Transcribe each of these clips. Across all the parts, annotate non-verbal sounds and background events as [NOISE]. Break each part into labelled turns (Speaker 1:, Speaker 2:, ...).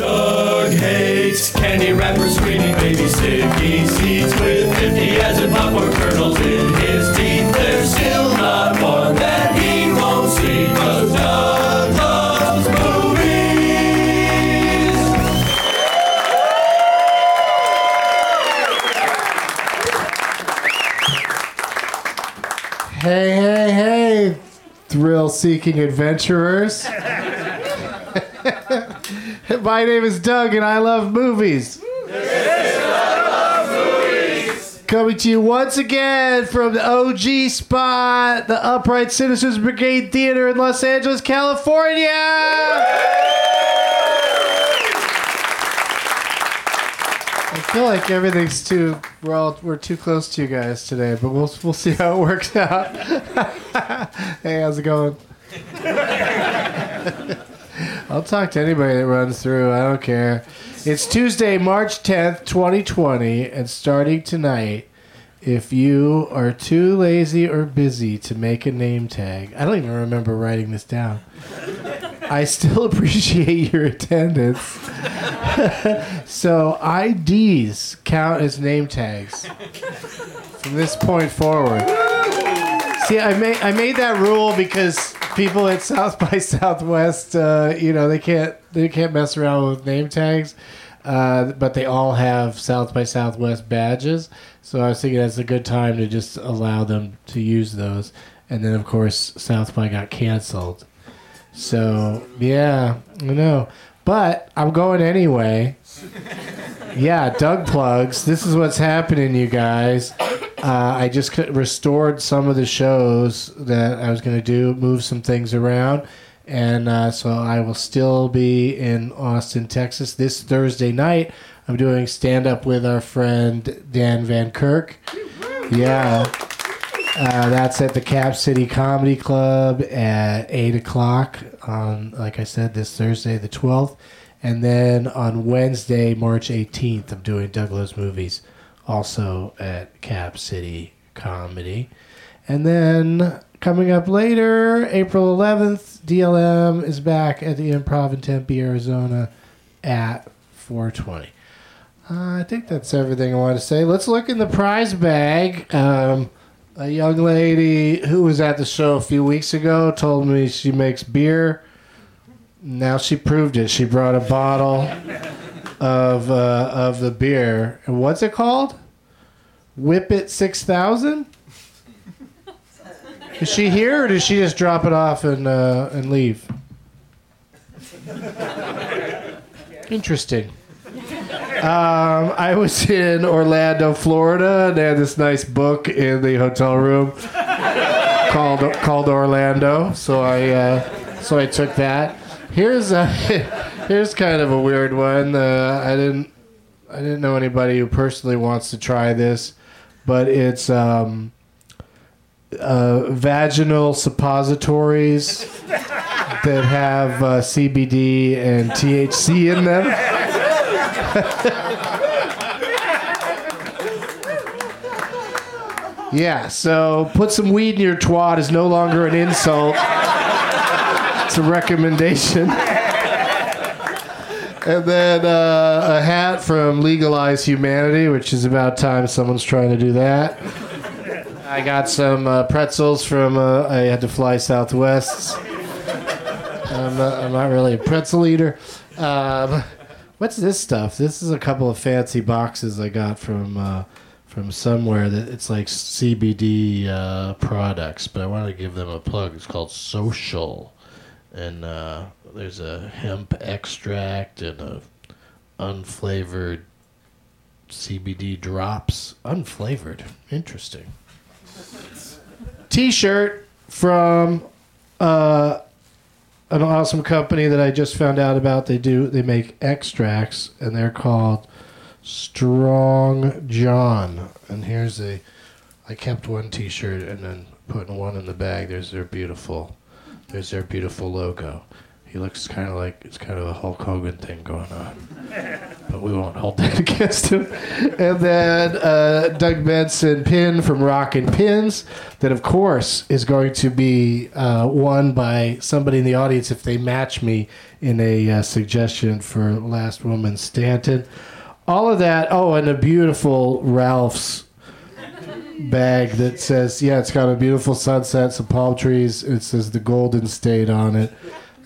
Speaker 1: Doug hates candy wrappers, greedy baby sticky seeds with 50 as in popcorn kernels in his teeth. There's still not one that he won't see. 'cause Doug loves movies.
Speaker 2: Hey, hey, hey, thrill seeking adventurers. [LAUGHS] My name is Doug and I love movies. Coming to you once again from the OG spot, the Upright Citizens Brigade Theater in Los Angeles, California. I feel like everything's too we're all we're too close to you guys today, but we'll we'll see how it works [LAUGHS] out. hey, how's it going? [LAUGHS] I'll talk to anybody that runs through. I don't care. It's Tuesday, March 10th, 2020, and starting tonight, if you are too lazy or busy to make a name tag, I don't even remember writing this down. I still [LAUGHS] appreciate your attendance. So IDs count as name tags from this point forward. See, I made I made that rule because people at South by [LAUGHS] Southwest, uh, you know, they can't they can't mess around with name tags, uh, but they all have South by Southwest badges. So I was thinking that's a good time to just allow them to use those. And then of course South by got canceled. So yeah, I know. But I'm going anyway. Yeah, Doug plugs. This is what's happening, you guys. Uh, I just cou- restored some of the shows that I was going to do, move some things around. And uh, so I will still be in Austin, Texas this Thursday night. I'm doing stand up with our friend Dan Van Kirk. Yeah. Uh, that's at the Cap City Comedy Club at 8 o'clock on, like I said, this Thursday, the 12th. And then on Wednesday, March 18th, I'm doing Douglas Movies, also at Cap City Comedy. And then coming up later, April 11th, DLM is back at the Improv in Tempe, Arizona at 420. Uh, I think that's everything I want to say. Let's look in the prize bag. Um, a young lady who was at the show a few weeks ago told me she makes beer. Now she proved it. She brought a bottle of uh, of the beer. And what's it called? Whip It Six Thousand. Is she here, or did she just drop it off and uh, and leave? Interesting. Um, I was in Orlando, Florida, and they had this nice book in the hotel room called called Orlando. So I uh, so I took that. Here's a [LAUGHS] here's kind of a weird one. Uh, I didn't I didn't know anybody who personally wants to try this, but it's um, uh, vaginal suppositories that have uh, CBD and THC in them. Yeah, so put some weed in your twat is no longer an insult. it's a recommendation. and then uh, a hat from Legalize Humanity, which is about time someone's trying to do that. I got some uh, pretzels from, uh, I had to fly southwest. I'm not, I'm not really a pretzel eater. Um, What's this stuff? This is a couple of fancy boxes I got from uh, from somewhere that it's like CBD uh, products, but I wanted to give them a plug. It's called Social, and uh, there's a hemp extract and a unflavored CBD drops. Unflavored, interesting. [LAUGHS] T-shirt from uh, an awesome company that I just found out about. They do they make extracts and they're called Strong John. And here's a I kept one T-shirt and then putting one in the bag. There's their beautiful there's their beautiful logo. He looks kind of like it's kind of a Hulk Hogan thing going on, but but we won't hold that [LAUGHS] against him. And then uh, Doug Benson Pin from Rockin' Pins, that of course is going to be uh, won by somebody in the audience if they match me in a uh, suggestion for Last Woman Stanton. All of that. Oh, and a beautiful Ralph's bag that says, yeah, it's got a beautiful sunset, some palm trees. It says the Golden State on it.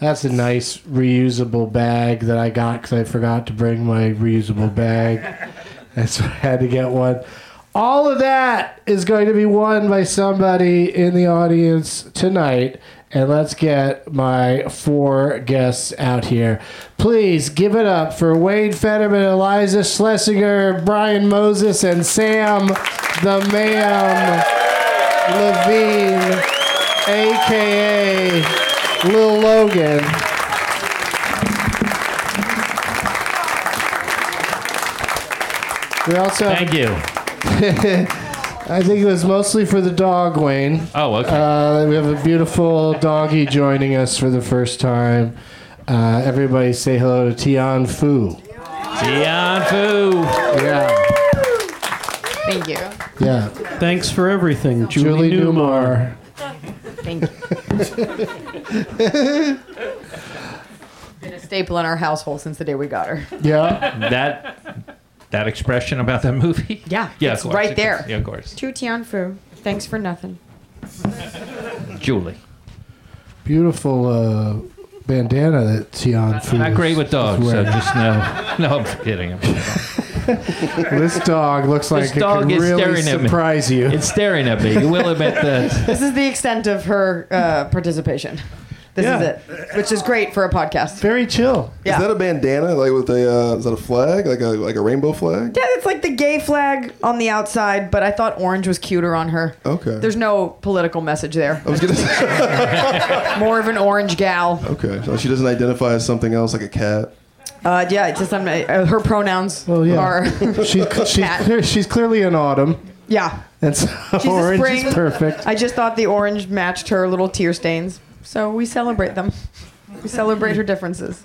Speaker 2: That's a nice reusable bag that I got because I forgot to bring my reusable bag. And so I had to get one. All of that is going to be won by somebody in the audience tonight. And let's get my four guests out here. Please give it up for Wade Fetterman, Eliza Schlesinger, Brian Moses, and Sam the Ma'am Levine, a.k.a. Lil Logan. We also have a
Speaker 3: Thank you.
Speaker 2: [LAUGHS] I think it was mostly for the dog, Wayne.
Speaker 3: Oh, okay.
Speaker 2: Uh, we have a beautiful doggy joining us for the first time. Uh, everybody say hello to Tian Fu.
Speaker 3: Tian Fu.
Speaker 2: Yeah.
Speaker 4: Thank you.
Speaker 2: Yeah.
Speaker 5: Thanks for everything, Julie,
Speaker 2: Julie
Speaker 5: Newmar.
Speaker 2: Newmar.
Speaker 4: Thank you. Been a staple in our household since the day we got her.
Speaker 2: Yeah.
Speaker 3: That that expression about that movie.
Speaker 4: Yeah,
Speaker 3: Yeah, of
Speaker 4: it's
Speaker 3: course,
Speaker 4: right
Speaker 3: of course.
Speaker 4: there.
Speaker 3: Yeah, of course.
Speaker 4: To Tianfu, thanks for nothing.
Speaker 3: Julie.
Speaker 2: Beautiful uh, bandana that Tian Fu.
Speaker 3: Not great
Speaker 2: is-
Speaker 3: with dogs,
Speaker 2: is
Speaker 3: so
Speaker 2: wearing.
Speaker 3: just know. No, [LAUGHS] I'm kidding. I'm kidding.
Speaker 2: This dog looks like it
Speaker 3: dog
Speaker 2: can
Speaker 3: is
Speaker 2: really
Speaker 3: staring at me.
Speaker 2: surprise you.
Speaker 3: It's staring at me. You will
Speaker 2: [LAUGHS]
Speaker 3: admit that.
Speaker 4: This is the extent of her uh, participation. This is it, which is great for a podcast.
Speaker 2: very chill.
Speaker 4: Yeah.
Speaker 6: Is that a bandana? Like with a uh, is that a flag? Like a like a rainbow flag?
Speaker 4: yeah, it's like the gay flag on the outside, but I thought orange was cuter on her.
Speaker 6: Okay.
Speaker 4: There's no political message there.
Speaker 6: I was gonna say. [LAUGHS]
Speaker 4: More of an orange gal.
Speaker 6: okay, so she doesn't identify as something else, like a cat.
Speaker 4: Uh, yeah, it's just I'm, uh, her pronouns
Speaker 2: Well, yeah.
Speaker 4: are [LAUGHS]
Speaker 2: She's, she's,
Speaker 4: Cat.
Speaker 2: clear, she's clearly in autumn.
Speaker 4: yeah.
Speaker 2: And so
Speaker 4: She's a
Speaker 2: [LAUGHS] orange
Speaker 4: spring.
Speaker 2: is perfect.
Speaker 4: I just thought the orange matched her little tear stains. So we celebrate them. We celebrate her differences.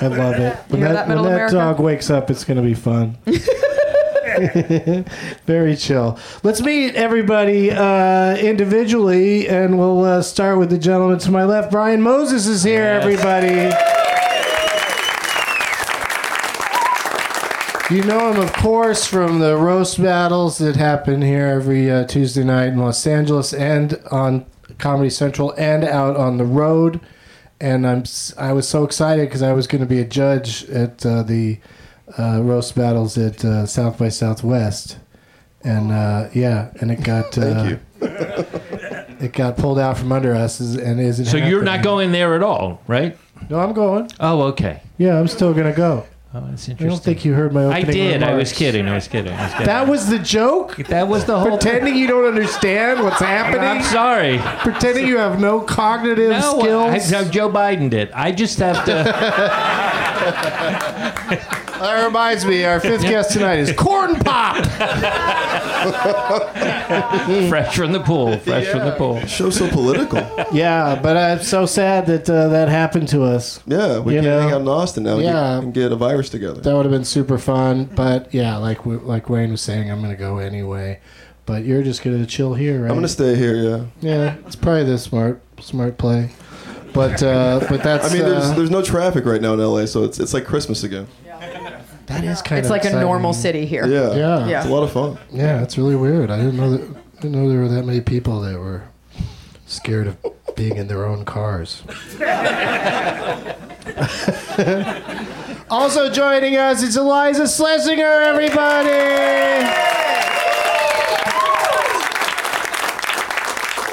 Speaker 2: I love it. When
Speaker 4: hear
Speaker 2: that,
Speaker 4: that, Middle
Speaker 2: when that
Speaker 4: America?
Speaker 2: dog wakes up, it's going to be fun. [LAUGHS] Very chill. Let's meet everybody uh, individually, and we'll uh, start with the gentleman to my left. Brian Moses is here, everybody. You know him, of course, from the roast battles that happen here every uh, Tuesday night in Los Angeles and on Comedy Central and out on the road and I'm s- I was so excited because I was going to be a judge at uh, the uh, roast battles at uh, South by Southwest, and uh, yeah, and it got uh,
Speaker 6: Thank
Speaker 2: [LAUGHS] it got pulled out from under us, is- and isn't.
Speaker 3: So you're not
Speaker 2: happening.
Speaker 3: going there at all, right?
Speaker 2: No, I'm going.
Speaker 3: Oh, okay.
Speaker 2: Yeah, I'm still going to go.
Speaker 3: Oh, that's
Speaker 2: I
Speaker 3: interesting.
Speaker 2: don't think you heard my
Speaker 3: I
Speaker 2: opening.
Speaker 3: did. I was
Speaker 2: remarks.
Speaker 3: kidding. I was kidding. I was kidding.
Speaker 2: That was the joke.
Speaker 3: that was the whole.
Speaker 2: Pretending you don't understand what's
Speaker 3: I'm
Speaker 2: happening.
Speaker 3: sorry.
Speaker 2: Pretending you have no cognitive
Speaker 3: No, I,
Speaker 2: skills.
Speaker 3: how Joe Biden did. I just have
Speaker 2: [LAUGHS]
Speaker 3: to.
Speaker 2: That reminds me, our fifth guest tonight is Corn Pop.
Speaker 3: fresh from the pool. Fresh from the pool.
Speaker 6: Show so
Speaker 4: [LAUGHS]
Speaker 6: political.
Speaker 2: [LAUGHS] Yeah, but I'm so sad that uh, that happened to us.
Speaker 6: Yeah, we
Speaker 2: You
Speaker 6: can
Speaker 2: know.
Speaker 6: hang out in Austin now and,
Speaker 2: Yeah.
Speaker 6: get, and get a virus together.
Speaker 2: That would have been super fun, but yeah, like we, like Wayne was saying, I'm gonna go anyway. But you're just gonna chill here, right?
Speaker 6: I'm gonna stay here. Yeah.
Speaker 2: yeah, it's probably the smart smart play. But uh, but that's
Speaker 6: I mean,
Speaker 2: uh,
Speaker 6: there's there's no traffic right now in LA, so it's it's like Christmas again.
Speaker 2: that is kind
Speaker 4: It's
Speaker 2: of
Speaker 4: like a
Speaker 2: exciting.
Speaker 4: normal city here.
Speaker 6: Yeah.
Speaker 2: Yeah.
Speaker 4: Yeah.
Speaker 6: It's a lot of fun.
Speaker 2: Yeah, it's really weird. I didn't know that didn't know there were that many people that were scared of being in their own cars. [LAUGHS] also joining us is Eliza Schlesinger, everybody.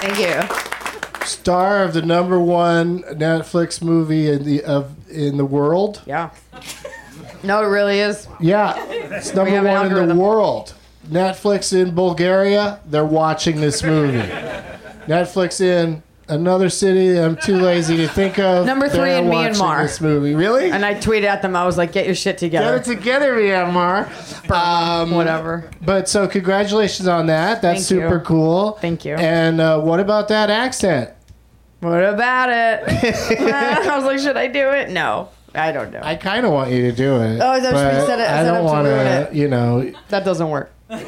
Speaker 4: Thank you.
Speaker 2: Star of the number one Netflix movie in the of in the world.
Speaker 4: Yeah. No, it really is.
Speaker 2: Yeah, it's number
Speaker 4: have an
Speaker 2: one in the
Speaker 4: algorithm.
Speaker 2: world. Netflix in Bulgaria, they're watching this movie. Netflix in another city that I'm too lazy to think of.
Speaker 4: Number three
Speaker 2: they're
Speaker 4: in
Speaker 2: watching
Speaker 4: Myanmar.
Speaker 2: This movie, really?
Speaker 4: And I tweeted at them. I was like, "Get your shit
Speaker 2: Get
Speaker 4: together."
Speaker 2: it together, Myanmar. Um,
Speaker 4: Whatever.
Speaker 2: But so, congratulations on that. That's
Speaker 4: Thank you.
Speaker 2: super cool.
Speaker 4: Thank you.
Speaker 2: And uh, what about that accent?
Speaker 4: [LAUGHS] What about it? I was like, "Should I do it?" No. I don't know.
Speaker 2: I kind of want you to do it.
Speaker 4: Oh, is that what you
Speaker 2: but
Speaker 4: said it-
Speaker 2: I
Speaker 4: set
Speaker 2: don't
Speaker 4: up to
Speaker 2: want
Speaker 4: ruin
Speaker 2: to.
Speaker 4: it?
Speaker 2: You know,
Speaker 4: that doesn't work on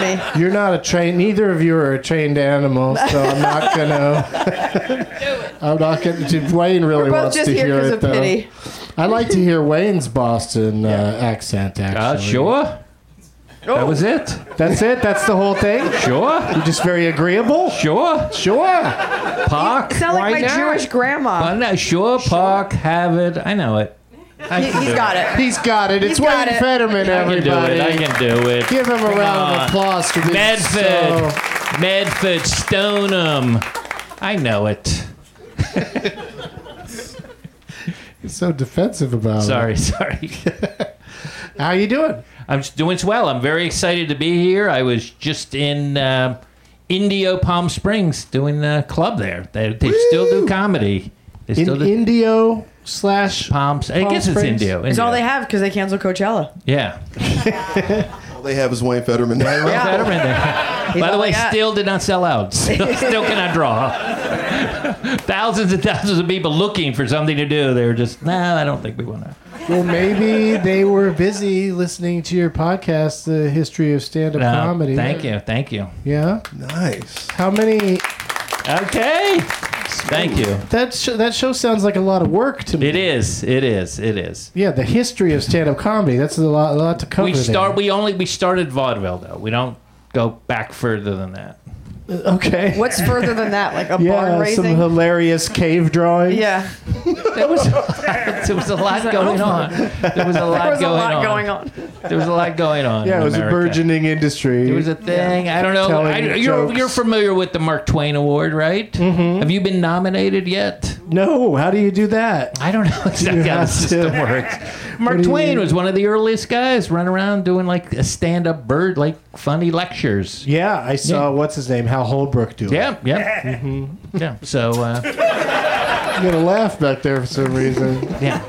Speaker 4: me.
Speaker 2: you're not a trained. Neither of you are a trained animal, so
Speaker 4: [LAUGHS]
Speaker 2: I'm not gonna. I'm not gonna. dude, Wayne really
Speaker 4: We're both
Speaker 2: wants
Speaker 4: just
Speaker 2: to
Speaker 4: here
Speaker 2: hear
Speaker 4: because
Speaker 2: it
Speaker 4: of
Speaker 2: though.
Speaker 4: pity.
Speaker 2: I like to hear Wayne's Boston uh, accent. Actually,
Speaker 3: Uh, sure. That was
Speaker 2: Oh.
Speaker 3: it.
Speaker 2: That's it. That's the whole thing.
Speaker 3: Sure.
Speaker 2: You're just very agreeable.
Speaker 3: Sure.
Speaker 2: Sure.
Speaker 3: Park.
Speaker 4: Sound like
Speaker 3: why
Speaker 4: my
Speaker 3: not?
Speaker 4: Jewish grandma.
Speaker 3: Why not? Sure, Park. Have it. I know it. I
Speaker 4: He,
Speaker 3: can do
Speaker 4: he's got it.
Speaker 2: He's got it. It's
Speaker 4: He's got
Speaker 2: Wayne
Speaker 4: it.
Speaker 2: Fetterman,
Speaker 3: I can do
Speaker 2: everybody.
Speaker 3: it. I can do it.
Speaker 2: Give him a
Speaker 3: Come
Speaker 2: round
Speaker 3: on.
Speaker 2: of applause for being
Speaker 3: Medford.
Speaker 2: so-
Speaker 3: Medford Stoneham. I know it.
Speaker 2: so defensive about it.
Speaker 3: Sorry, [LAUGHS] sorry.
Speaker 2: How you doing?
Speaker 3: I'm just doing swell. I'm very excited to be here. I was just in uh, Indio Palm Springs doing a club there. They, they still do comedy. They
Speaker 2: In
Speaker 3: still do
Speaker 2: Indio slash
Speaker 3: Palm. I
Speaker 2: Palm
Speaker 3: guess it's
Speaker 2: Springs?
Speaker 3: Indio.
Speaker 4: It's all
Speaker 3: Indio.
Speaker 4: they have because they canceled Coachella.
Speaker 3: Yeah.
Speaker 6: All they have is Wayne Fetterman.
Speaker 3: Better
Speaker 4: [LAUGHS]
Speaker 3: than that. By the
Speaker 4: all
Speaker 3: way,
Speaker 4: I got.
Speaker 3: still did not
Speaker 4: [LAUGHS]
Speaker 3: sell out. Still, still cannot draw. [LAUGHS] thousands and thousands of people looking for something to do. They were just, no, I don't think we want to.
Speaker 2: Well, maybe they were busy listening to your podcast, The History of Stand Up
Speaker 3: No,
Speaker 2: Comedy.
Speaker 3: Uh, Thank you. Thank you.
Speaker 2: Yeah.
Speaker 6: [LAUGHS] nice.
Speaker 2: How many?
Speaker 3: Okay. Thank you.
Speaker 2: That sh- that show sounds like a lot of work to me.
Speaker 3: It is. It is. It is.
Speaker 2: Yeah, the history of stand up comedy. That's a lot, a lot to cover.
Speaker 3: We start.
Speaker 2: there.
Speaker 3: We only. We started vaudeville though. We don't go back further than that.
Speaker 2: Okay.
Speaker 4: What's further than that? Like a barn
Speaker 2: [LAUGHS] Yeah, some
Speaker 4: raising?
Speaker 2: hilarious cave drawings.
Speaker 4: yeah.
Speaker 3: There was. [LAUGHS] there was a lot going on. There was a lot,
Speaker 4: There was a
Speaker 3: going,
Speaker 4: lot
Speaker 3: on.
Speaker 4: going on.
Speaker 3: There was a lot going on.
Speaker 2: Yeah,
Speaker 3: in
Speaker 2: it was
Speaker 3: America.
Speaker 2: a burgeoning industry.
Speaker 3: It was a thing. I don't know.
Speaker 2: Telling
Speaker 3: I, you're,
Speaker 2: jokes.
Speaker 3: you're familiar with the Mark Twain Award, right? Mm-hmm. Have you been nominated yet?
Speaker 2: no, how do you do that?
Speaker 3: I don't know [LAUGHS] exactly how the
Speaker 2: have to. [LAUGHS]
Speaker 3: system works. Mark
Speaker 2: do you
Speaker 3: Twain
Speaker 2: mean?
Speaker 3: was one of the earliest guys running around doing like a stand up bird, like funny lectures.
Speaker 2: Yeah, I saw
Speaker 3: Yeah.
Speaker 2: what's his name, Hal Holbrook do. it.
Speaker 3: Yeah,
Speaker 2: [LAUGHS]
Speaker 3: yeah.
Speaker 2: Mm-hmm.
Speaker 3: Yeah. So, uh,
Speaker 2: I'm gonna laugh back there for some reason.
Speaker 3: [LAUGHS] yeah.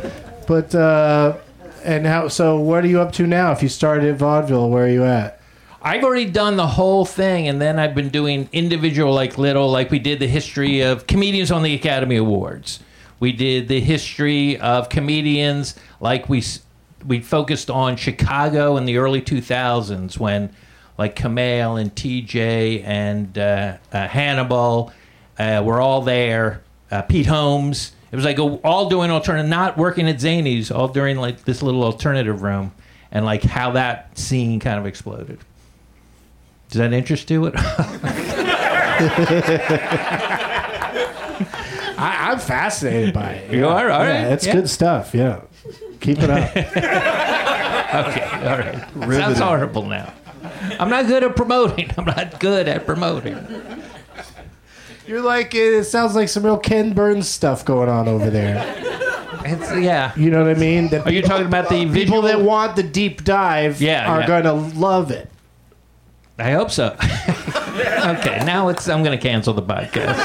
Speaker 2: But uh, and how? So what are you up to now? If you started at vaudeville, where are you at?
Speaker 3: I've already done the whole thing, and then I've been doing individual, like little, like we did the history of comedians on the Academy Awards. We did the history of comedians, like we s- we focused on Chicago in the early 2000s when, like Kamal and TJ and uh, uh, Hannibal uh, were all there. Uh, Pete Holmes. It was like a, all doing alternative, not working at Zany's, all during like this little alternative room, and like how that scene kind of exploded. Does that interest you? I,
Speaker 2: I, I'm fascinated by it.
Speaker 3: You are? All
Speaker 2: yeah,
Speaker 3: right.
Speaker 2: it's
Speaker 3: Yeah.
Speaker 2: good stuff. Yeah, keep it up.
Speaker 3: [LAUGHS] okay, all right.
Speaker 6: Riveting.
Speaker 3: Sounds horrible now. I'm not good at promoting. I'm not good at promoting.
Speaker 2: [LAUGHS] You're like it sounds like some real Ken Burns stuff going on over there.
Speaker 3: It's, yeah.
Speaker 2: You know what I mean? That
Speaker 3: Are you talking about the
Speaker 2: people
Speaker 3: visual?
Speaker 2: that want the deep dive
Speaker 3: Yeah,
Speaker 2: are
Speaker 3: yeah.
Speaker 2: gonna love it.
Speaker 3: I hope so. [LAUGHS] okay, now it's. I'm going to cancel the podcast.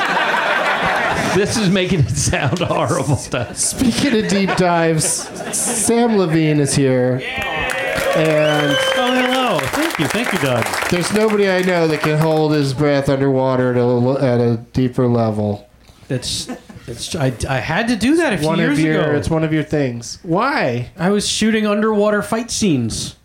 Speaker 3: this is making it sound horrible. To,
Speaker 2: Speaking of deep dives, Sam Levine is here. And
Speaker 5: Oh, hello. Thank you. Thank you, Doug.
Speaker 2: there's nobody I know that can hold his breath underwater at a, at a deeper level.
Speaker 5: That's, that's I, I had to do that a few
Speaker 2: One
Speaker 5: years
Speaker 2: of your,
Speaker 5: ago.
Speaker 2: it's one of your things. Why?
Speaker 5: I was shooting underwater fight scenes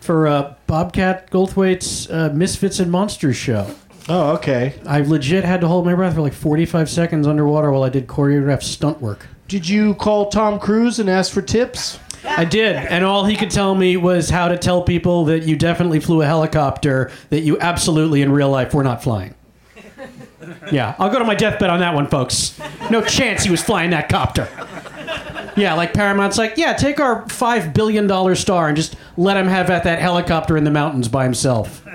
Speaker 5: for uh, Bobcat Goldthwait's uh, Misfits and Monsters show.
Speaker 2: Oh, okay.
Speaker 5: I legit had to hold my breath for like 45 seconds underwater while I did choreographed stunt work.
Speaker 2: Did you call Tom Cruise and ask for tips?
Speaker 5: I did, and all he could tell me was how to tell people that you definitely flew a helicopter that you absolutely in real life were not flying. Yeah, I'll go to my deathbed on that one, folks. No chance he was flying that copter. Yeah, like Paramount's like, yeah, take our five billion dollar star and just let him have at that helicopter in the mountains by himself.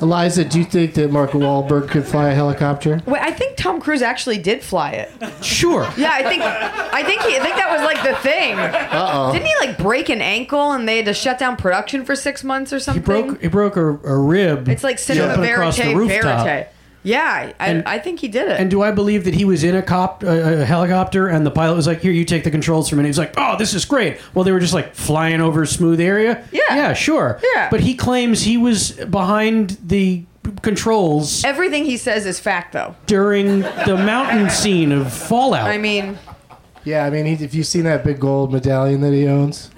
Speaker 2: Eliza, do you think that Mark Wahlberg could fly a helicopter?
Speaker 4: Wait, I think Tom Cruise actually did fly it.
Speaker 5: Sure.
Speaker 4: Yeah, I think I think he I think that was like the thing. Uh-oh. Didn't he like break an ankle and they had to shut down production for six months or
Speaker 5: He
Speaker 4: something?
Speaker 5: broke he broke a, a rib.
Speaker 4: It's like cinema
Speaker 5: jumping across the
Speaker 4: verite,
Speaker 5: rooftop.
Speaker 4: verite. Yeah, I,
Speaker 5: And-
Speaker 4: I think he did it.
Speaker 5: And do I believe that he was in a cop a, a helicopter and the pilot was like, "Here, you take the controls for a minute." He's like, "Oh, this is great." Well, they were just like flying over a smooth area.
Speaker 4: Yeah.
Speaker 5: yeah, sure.
Speaker 4: Yeah.
Speaker 5: but he claims he was behind the controls
Speaker 4: Everything he says is fact, though.
Speaker 5: during the mountain scene of Fallout.
Speaker 4: I mean,
Speaker 2: Yeah, I mean, he, if you've seen that big gold medallion that he owns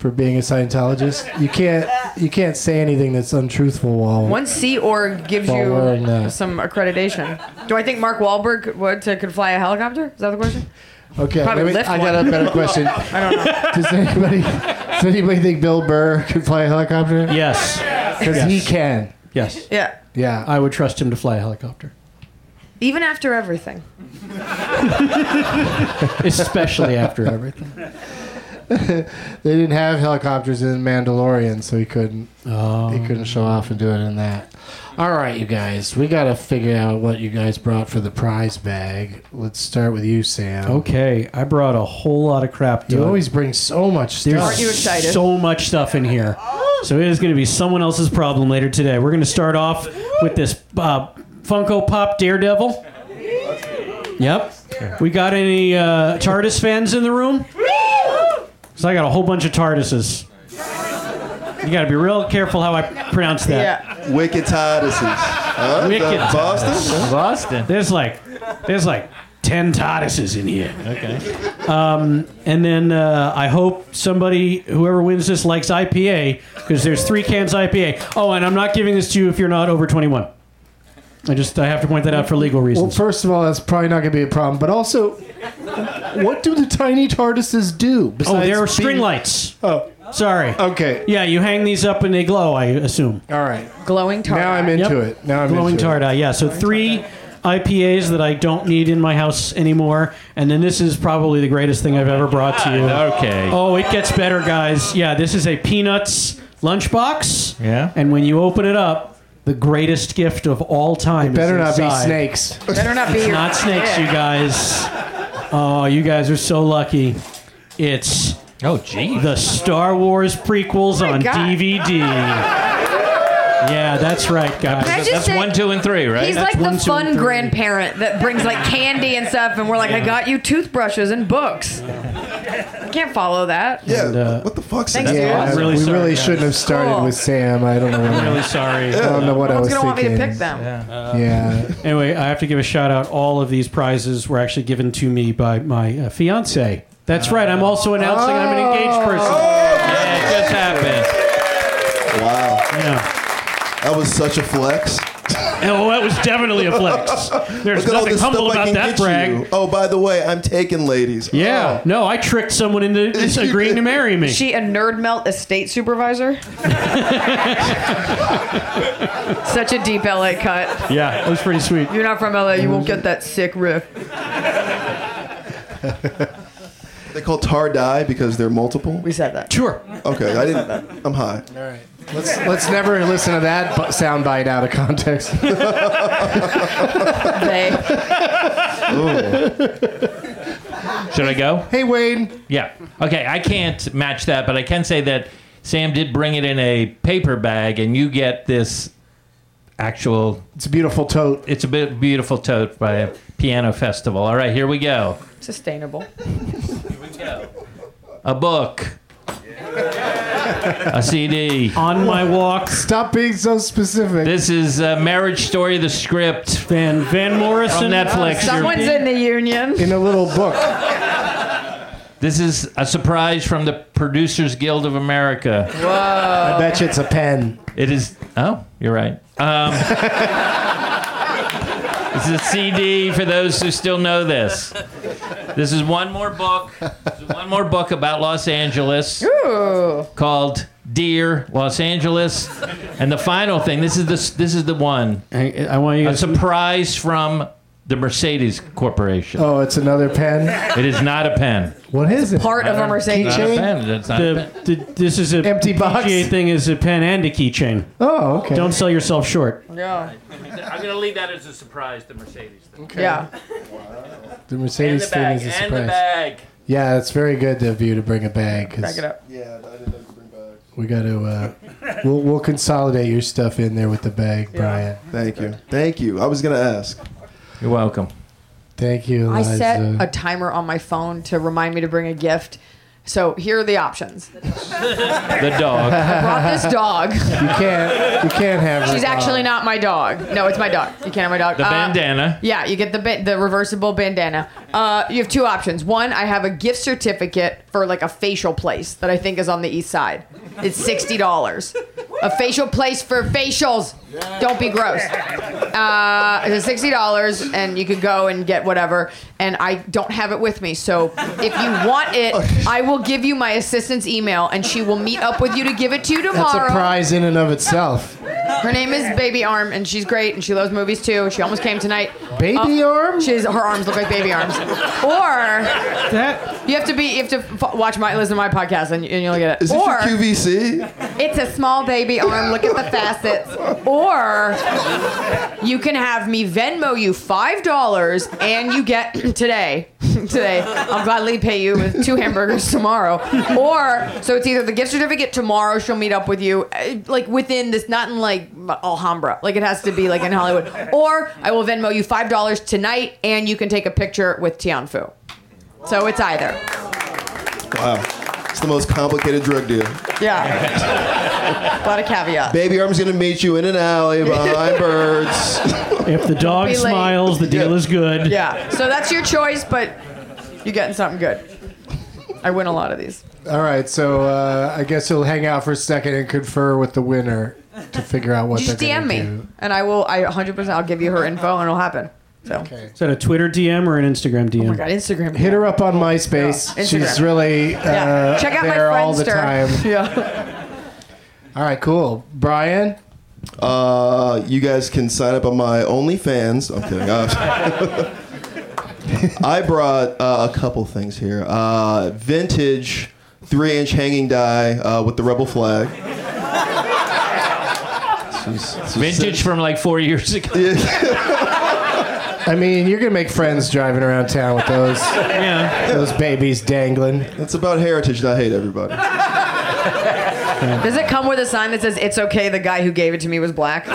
Speaker 2: for being a Scientologist, you can't you can't say anything that's untruthful. While
Speaker 4: One Sea Org gives
Speaker 2: While wearing
Speaker 4: you
Speaker 2: that.
Speaker 4: some accreditation. Do I think Mark Wahlberg could, what, to, could fly a helicopter? Is that the question?
Speaker 2: okay,
Speaker 4: probably
Speaker 2: let me-
Speaker 4: lift
Speaker 2: I got a
Speaker 4: one.
Speaker 2: better question.
Speaker 4: I don't know.
Speaker 5: [LAUGHS]
Speaker 2: Does anybody does anybody think Bill Burr could fly a helicopter?
Speaker 5: Yes.
Speaker 2: because he can.
Speaker 5: Yes.
Speaker 4: Yeah.
Speaker 2: Yeah,
Speaker 5: I would trust him to fly a helicopter,
Speaker 4: Even after everything.
Speaker 5: especially after everything.
Speaker 2: they didn't have helicopters in Mandalorian, so he couldn't
Speaker 5: Oh.
Speaker 2: he couldn't show off and do it in that. All right, you guys, we gotta figure out what you guys brought for the prize bag. Let's start with you, Sam.
Speaker 5: Okay, I brought a whole lot of crap.
Speaker 2: You
Speaker 5: to it.
Speaker 2: always bring so much
Speaker 5: There's
Speaker 2: stuff.
Speaker 4: Aren't you excited?
Speaker 5: so much stuff in here. So it is going to be someone else's problem later today. We're going to start off with this uh, Funko Pop Daredevil. Yep. We got any uh, TARDIS fans in the room? So I got a whole bunch of TARDISes. You got to be real careful how I pronounce that.
Speaker 4: Yeah.
Speaker 6: Wicked Titus. Huh?
Speaker 5: Wicked
Speaker 6: Uh, Boston?
Speaker 3: Boston.
Speaker 5: There's like there's like ten TARDISes in here. Okay. Um, and then uh, I hope somebody, whoever wins this, likes IPA because there's three cans IPA. Oh, and I'm not giving this to you if you're not over 21. I just I have to point that out for legal
Speaker 2: well,
Speaker 5: reasons.
Speaker 2: first of all, that's probably not gonna be a problem. But also, what do the tiny TARDISes do?
Speaker 5: oh,
Speaker 2: Besides
Speaker 5: there are string
Speaker 2: being-
Speaker 5: lights.
Speaker 2: Oh,
Speaker 5: Sorry.
Speaker 2: okay.
Speaker 5: Yeah, you hang these up and they glow. I assume.
Speaker 2: All right.
Speaker 4: Glowing tartar.
Speaker 2: Now I'm into it. Now I'm
Speaker 5: glowing
Speaker 2: into it.
Speaker 5: tard eye. Yeah, so three IPAs that I don't need in my house anymore, and then this is probably the greatest thing I've ever brought to you.
Speaker 3: Okay.
Speaker 5: Oh, it gets better, guys. Yeah, this is a peanuts lunchbox.
Speaker 3: Yeah.
Speaker 5: And when you open it up, the greatest gift of all time.
Speaker 2: Better
Speaker 5: is
Speaker 2: not be
Speaker 5: inside.
Speaker 2: snakes.
Speaker 4: Better not be
Speaker 5: It's
Speaker 4: your-
Speaker 5: not snakes, you guys. Oh, you guys are so lucky. It's
Speaker 3: Oh, gee.
Speaker 5: the Star Wars prequels
Speaker 4: Oh my
Speaker 5: on
Speaker 4: God. [LAUGHS]
Speaker 5: DVD. Yeah, that's right,
Speaker 4: Can I
Speaker 5: guys.
Speaker 4: just
Speaker 3: That's
Speaker 4: say,
Speaker 3: one, two, and three, right?
Speaker 4: He's
Speaker 5: That's
Speaker 4: like
Speaker 5: one,
Speaker 4: the
Speaker 5: two,
Speaker 4: fun
Speaker 5: and three.
Speaker 4: grandparent that brings like candy and stuff, and we're like, I got you toothbrushes and books. I can't follow that.
Speaker 6: Yeah.
Speaker 5: And, uh,
Speaker 6: what the fuck's
Speaker 4: Thanks,
Speaker 6: that?
Speaker 4: dude.
Speaker 2: Yeah,
Speaker 5: I'm really
Speaker 2: we
Speaker 5: sorry,
Speaker 2: really
Speaker 5: guys.
Speaker 2: shouldn't have started
Speaker 4: Cool.
Speaker 2: with Sam. I don't know. What
Speaker 5: I'm really sorry.
Speaker 2: [LAUGHS] I don't know what I
Speaker 4: Someone's
Speaker 2: was
Speaker 4: gonna want me
Speaker 2: thinking.
Speaker 4: to pick them.
Speaker 2: Yeah.
Speaker 5: Anyway, I have to give a shout out. All of these prizes were actually given to me by my uh, fiance. That's right. I'm also announcing I'm
Speaker 6: Oh.
Speaker 5: an engaged person.
Speaker 3: Yeah, it just happened.
Speaker 6: Wow.
Speaker 5: Yeah.
Speaker 6: That was such a flex.
Speaker 5: And, well, Oh, that was definitely a flex.
Speaker 6: [LAUGHS]
Speaker 5: There's
Speaker 6: Look at all
Speaker 5: nothing
Speaker 6: this stuff
Speaker 5: humble
Speaker 6: I
Speaker 5: about
Speaker 6: can
Speaker 5: that
Speaker 6: get you.
Speaker 5: brag.
Speaker 6: Oh, by the way, I'm taking ladies.
Speaker 5: Yeah. No, I tricked someone into
Speaker 6: [LAUGHS]
Speaker 5: just agreeing to marry me.
Speaker 4: Is she a nerd melt estate supervisor? Such a deep LA cut.
Speaker 5: yeah, it was pretty sweet.
Speaker 4: You're not from LA, you won't get that sick riff.
Speaker 6: Oh, they call tar dye because they're multiple.
Speaker 4: We said that.
Speaker 5: Sure.
Speaker 6: Okay, I didn't. I'm high.
Speaker 2: All right. Let's let's never listen to that bu- soundbite out of context. [LAUGHS]
Speaker 4: They.
Speaker 3: Should I go?
Speaker 2: hey Wayne,
Speaker 3: Yeah. Okay, I can't match that, but I can say that Sam did bring it in a paper bag, and you get this actual.
Speaker 2: it's a beautiful tote.
Speaker 3: It's a bit beautiful tote by a piano festival. All right, here we go.
Speaker 4: [LAUGHS] Sustainable.
Speaker 3: A book. A CD.
Speaker 5: On my walk,
Speaker 2: Stop being so specific.
Speaker 3: This is uh, Marriage Story, the script
Speaker 5: Van Van
Speaker 3: from
Speaker 5: Morrison.
Speaker 3: Netflix.
Speaker 6: Oh,
Speaker 4: Someone's in the union.
Speaker 2: in a little book.
Speaker 3: This is a surprise from the Producers Guild of America.
Speaker 2: I bet you it's a pen.
Speaker 3: It is. Oh, you're right. Um, this is a CD for those who still know this. This is one more book. This is one more book about Los Angeles
Speaker 4: Ooh.
Speaker 3: called "Dear Los Angeles," and the final thing. This is the this is the one.
Speaker 5: I, I want you
Speaker 3: A
Speaker 5: guys.
Speaker 3: surprise from the Mercedes Corporation.
Speaker 2: Oh, it's another pen.
Speaker 3: It is not a pen.
Speaker 2: What is it?
Speaker 4: Part of a Mercedes.
Speaker 3: Not a pen. It's not a
Speaker 5: The,
Speaker 3: pen.
Speaker 5: the, this is a
Speaker 2: Empty box.
Speaker 5: PGA thing is a pen and a keychain.
Speaker 2: Oh, okay.
Speaker 5: Don't sell yourself short.
Speaker 4: Yeah.
Speaker 3: I'm gonna leave that as a surprise. The Mercedes thing.
Speaker 4: Yeah.
Speaker 2: the Mercedes thing is a surprise.
Speaker 3: bag.
Speaker 2: Yeah, it's very good of you to bring a bag. 'cause
Speaker 4: Back it up.
Speaker 6: [LAUGHS] Yeah, I didn't bring bags.
Speaker 2: We got to. Uh, we'll we'll consolidate your stuff in there with the bag, Brian.
Speaker 6: Thank you. Thank you. I was gonna ask.
Speaker 3: You're welcome.
Speaker 2: Thank you,
Speaker 4: I
Speaker 2: Eliza.
Speaker 4: set a timer on my phone to remind me to bring a gift.
Speaker 7: So here are the options.
Speaker 3: The dog.
Speaker 7: I brought this dog.
Speaker 2: You can't. You can't have. her uh,
Speaker 7: She's
Speaker 2: dog.
Speaker 7: actually not my dog. No, it's my dog. You can't have my dog.
Speaker 3: The
Speaker 7: Uh,
Speaker 3: bandana.
Speaker 7: Yeah, you get the ba- the reversible bandana. Uh, you have two options. One, I have a gift certificate for like a facial place that I think is on the east side. It's sixty dollars. A facial place for facials. Don't be gross. Uh, it's sixty dollars, and you could go and get whatever. And I don't have it with me, so if you want
Speaker 2: [LAUGHS]
Speaker 7: it, I will give you my assistant's email, and she will meet up with you to give it to you
Speaker 2: That's a
Speaker 7: tomorrow.
Speaker 2: prize in and of itself.
Speaker 7: Her name is Baby Arm, and she's great, and she loves movies too. She almost came tonight. Oh,
Speaker 2: Baby arm.
Speaker 7: She's her arms look like baby arms. Or
Speaker 5: That
Speaker 7: you have to be you have to f- watch my listen to my podcast and, and you'll get it.
Speaker 6: Is this
Speaker 7: or
Speaker 6: your QVC?
Speaker 7: it's a small baby arm. Look at the facets. Or you can have me Venmo you five dollars and you get [CLEARS THROAT] today. Today, I'll gladly pay you with two hamburgers tomorrow. Or so it's either the gift certificate tomorrow. She'll meet up with you, eh, like within this, not in like Alhambra. Like it has to be like in Hollywood. Or I will Venmo you five dollars tonight, and you can take a picture with Tianfu. So it's either.
Speaker 6: Wow. It's the most complicated drug deal.
Speaker 7: Yeah. a lot of caveats.
Speaker 6: Baby Arm's gonna meet you in an alley
Speaker 5: [LAUGHS]
Speaker 6: behind birds.
Speaker 5: if the dog
Speaker 7: Be late.
Speaker 5: smiles, the deal
Speaker 6: Yeah.
Speaker 5: is good.
Speaker 7: Yeah. So that's your choice, but you're getting something good. I win a lot of these.
Speaker 2: All right. So uh, I guess he'll hang out for a second and confer with the winner to figure out what
Speaker 7: Just
Speaker 2: they're
Speaker 7: DM
Speaker 2: gonna
Speaker 7: me,
Speaker 2: do.
Speaker 7: and I will. I 100. percent I'll give you her info, and it'll happen. So.
Speaker 5: Is that a Twitter DM or an Instagram DM?
Speaker 7: Oh my God, Instagram.
Speaker 2: Hit her up on MySpace.
Speaker 7: Yeah, Instagram.
Speaker 2: She's really uh,
Speaker 7: Yeah. Check out my
Speaker 2: there all the
Speaker 7: Friendster.
Speaker 2: time.
Speaker 7: [LAUGHS] Yeah.
Speaker 2: All right, cool. Brian,
Speaker 6: Uh, you guys can sign up on my OnlyFans. I'm kidding. Uh, [LAUGHS] I brought uh, a couple things here. Uh, vintage three-inch hanging die uh, with the rebel flag. She's- she's-
Speaker 3: Vintage from like four years ago.
Speaker 2: I mean, you're gonna make friends driving around town with those
Speaker 5: Yeah.
Speaker 2: those babies dangling.
Speaker 6: It's about heritage, not hate, everybody.
Speaker 7: Does it come with a sign that says "It's okay"? The guy who gave it to me was black.
Speaker 6: You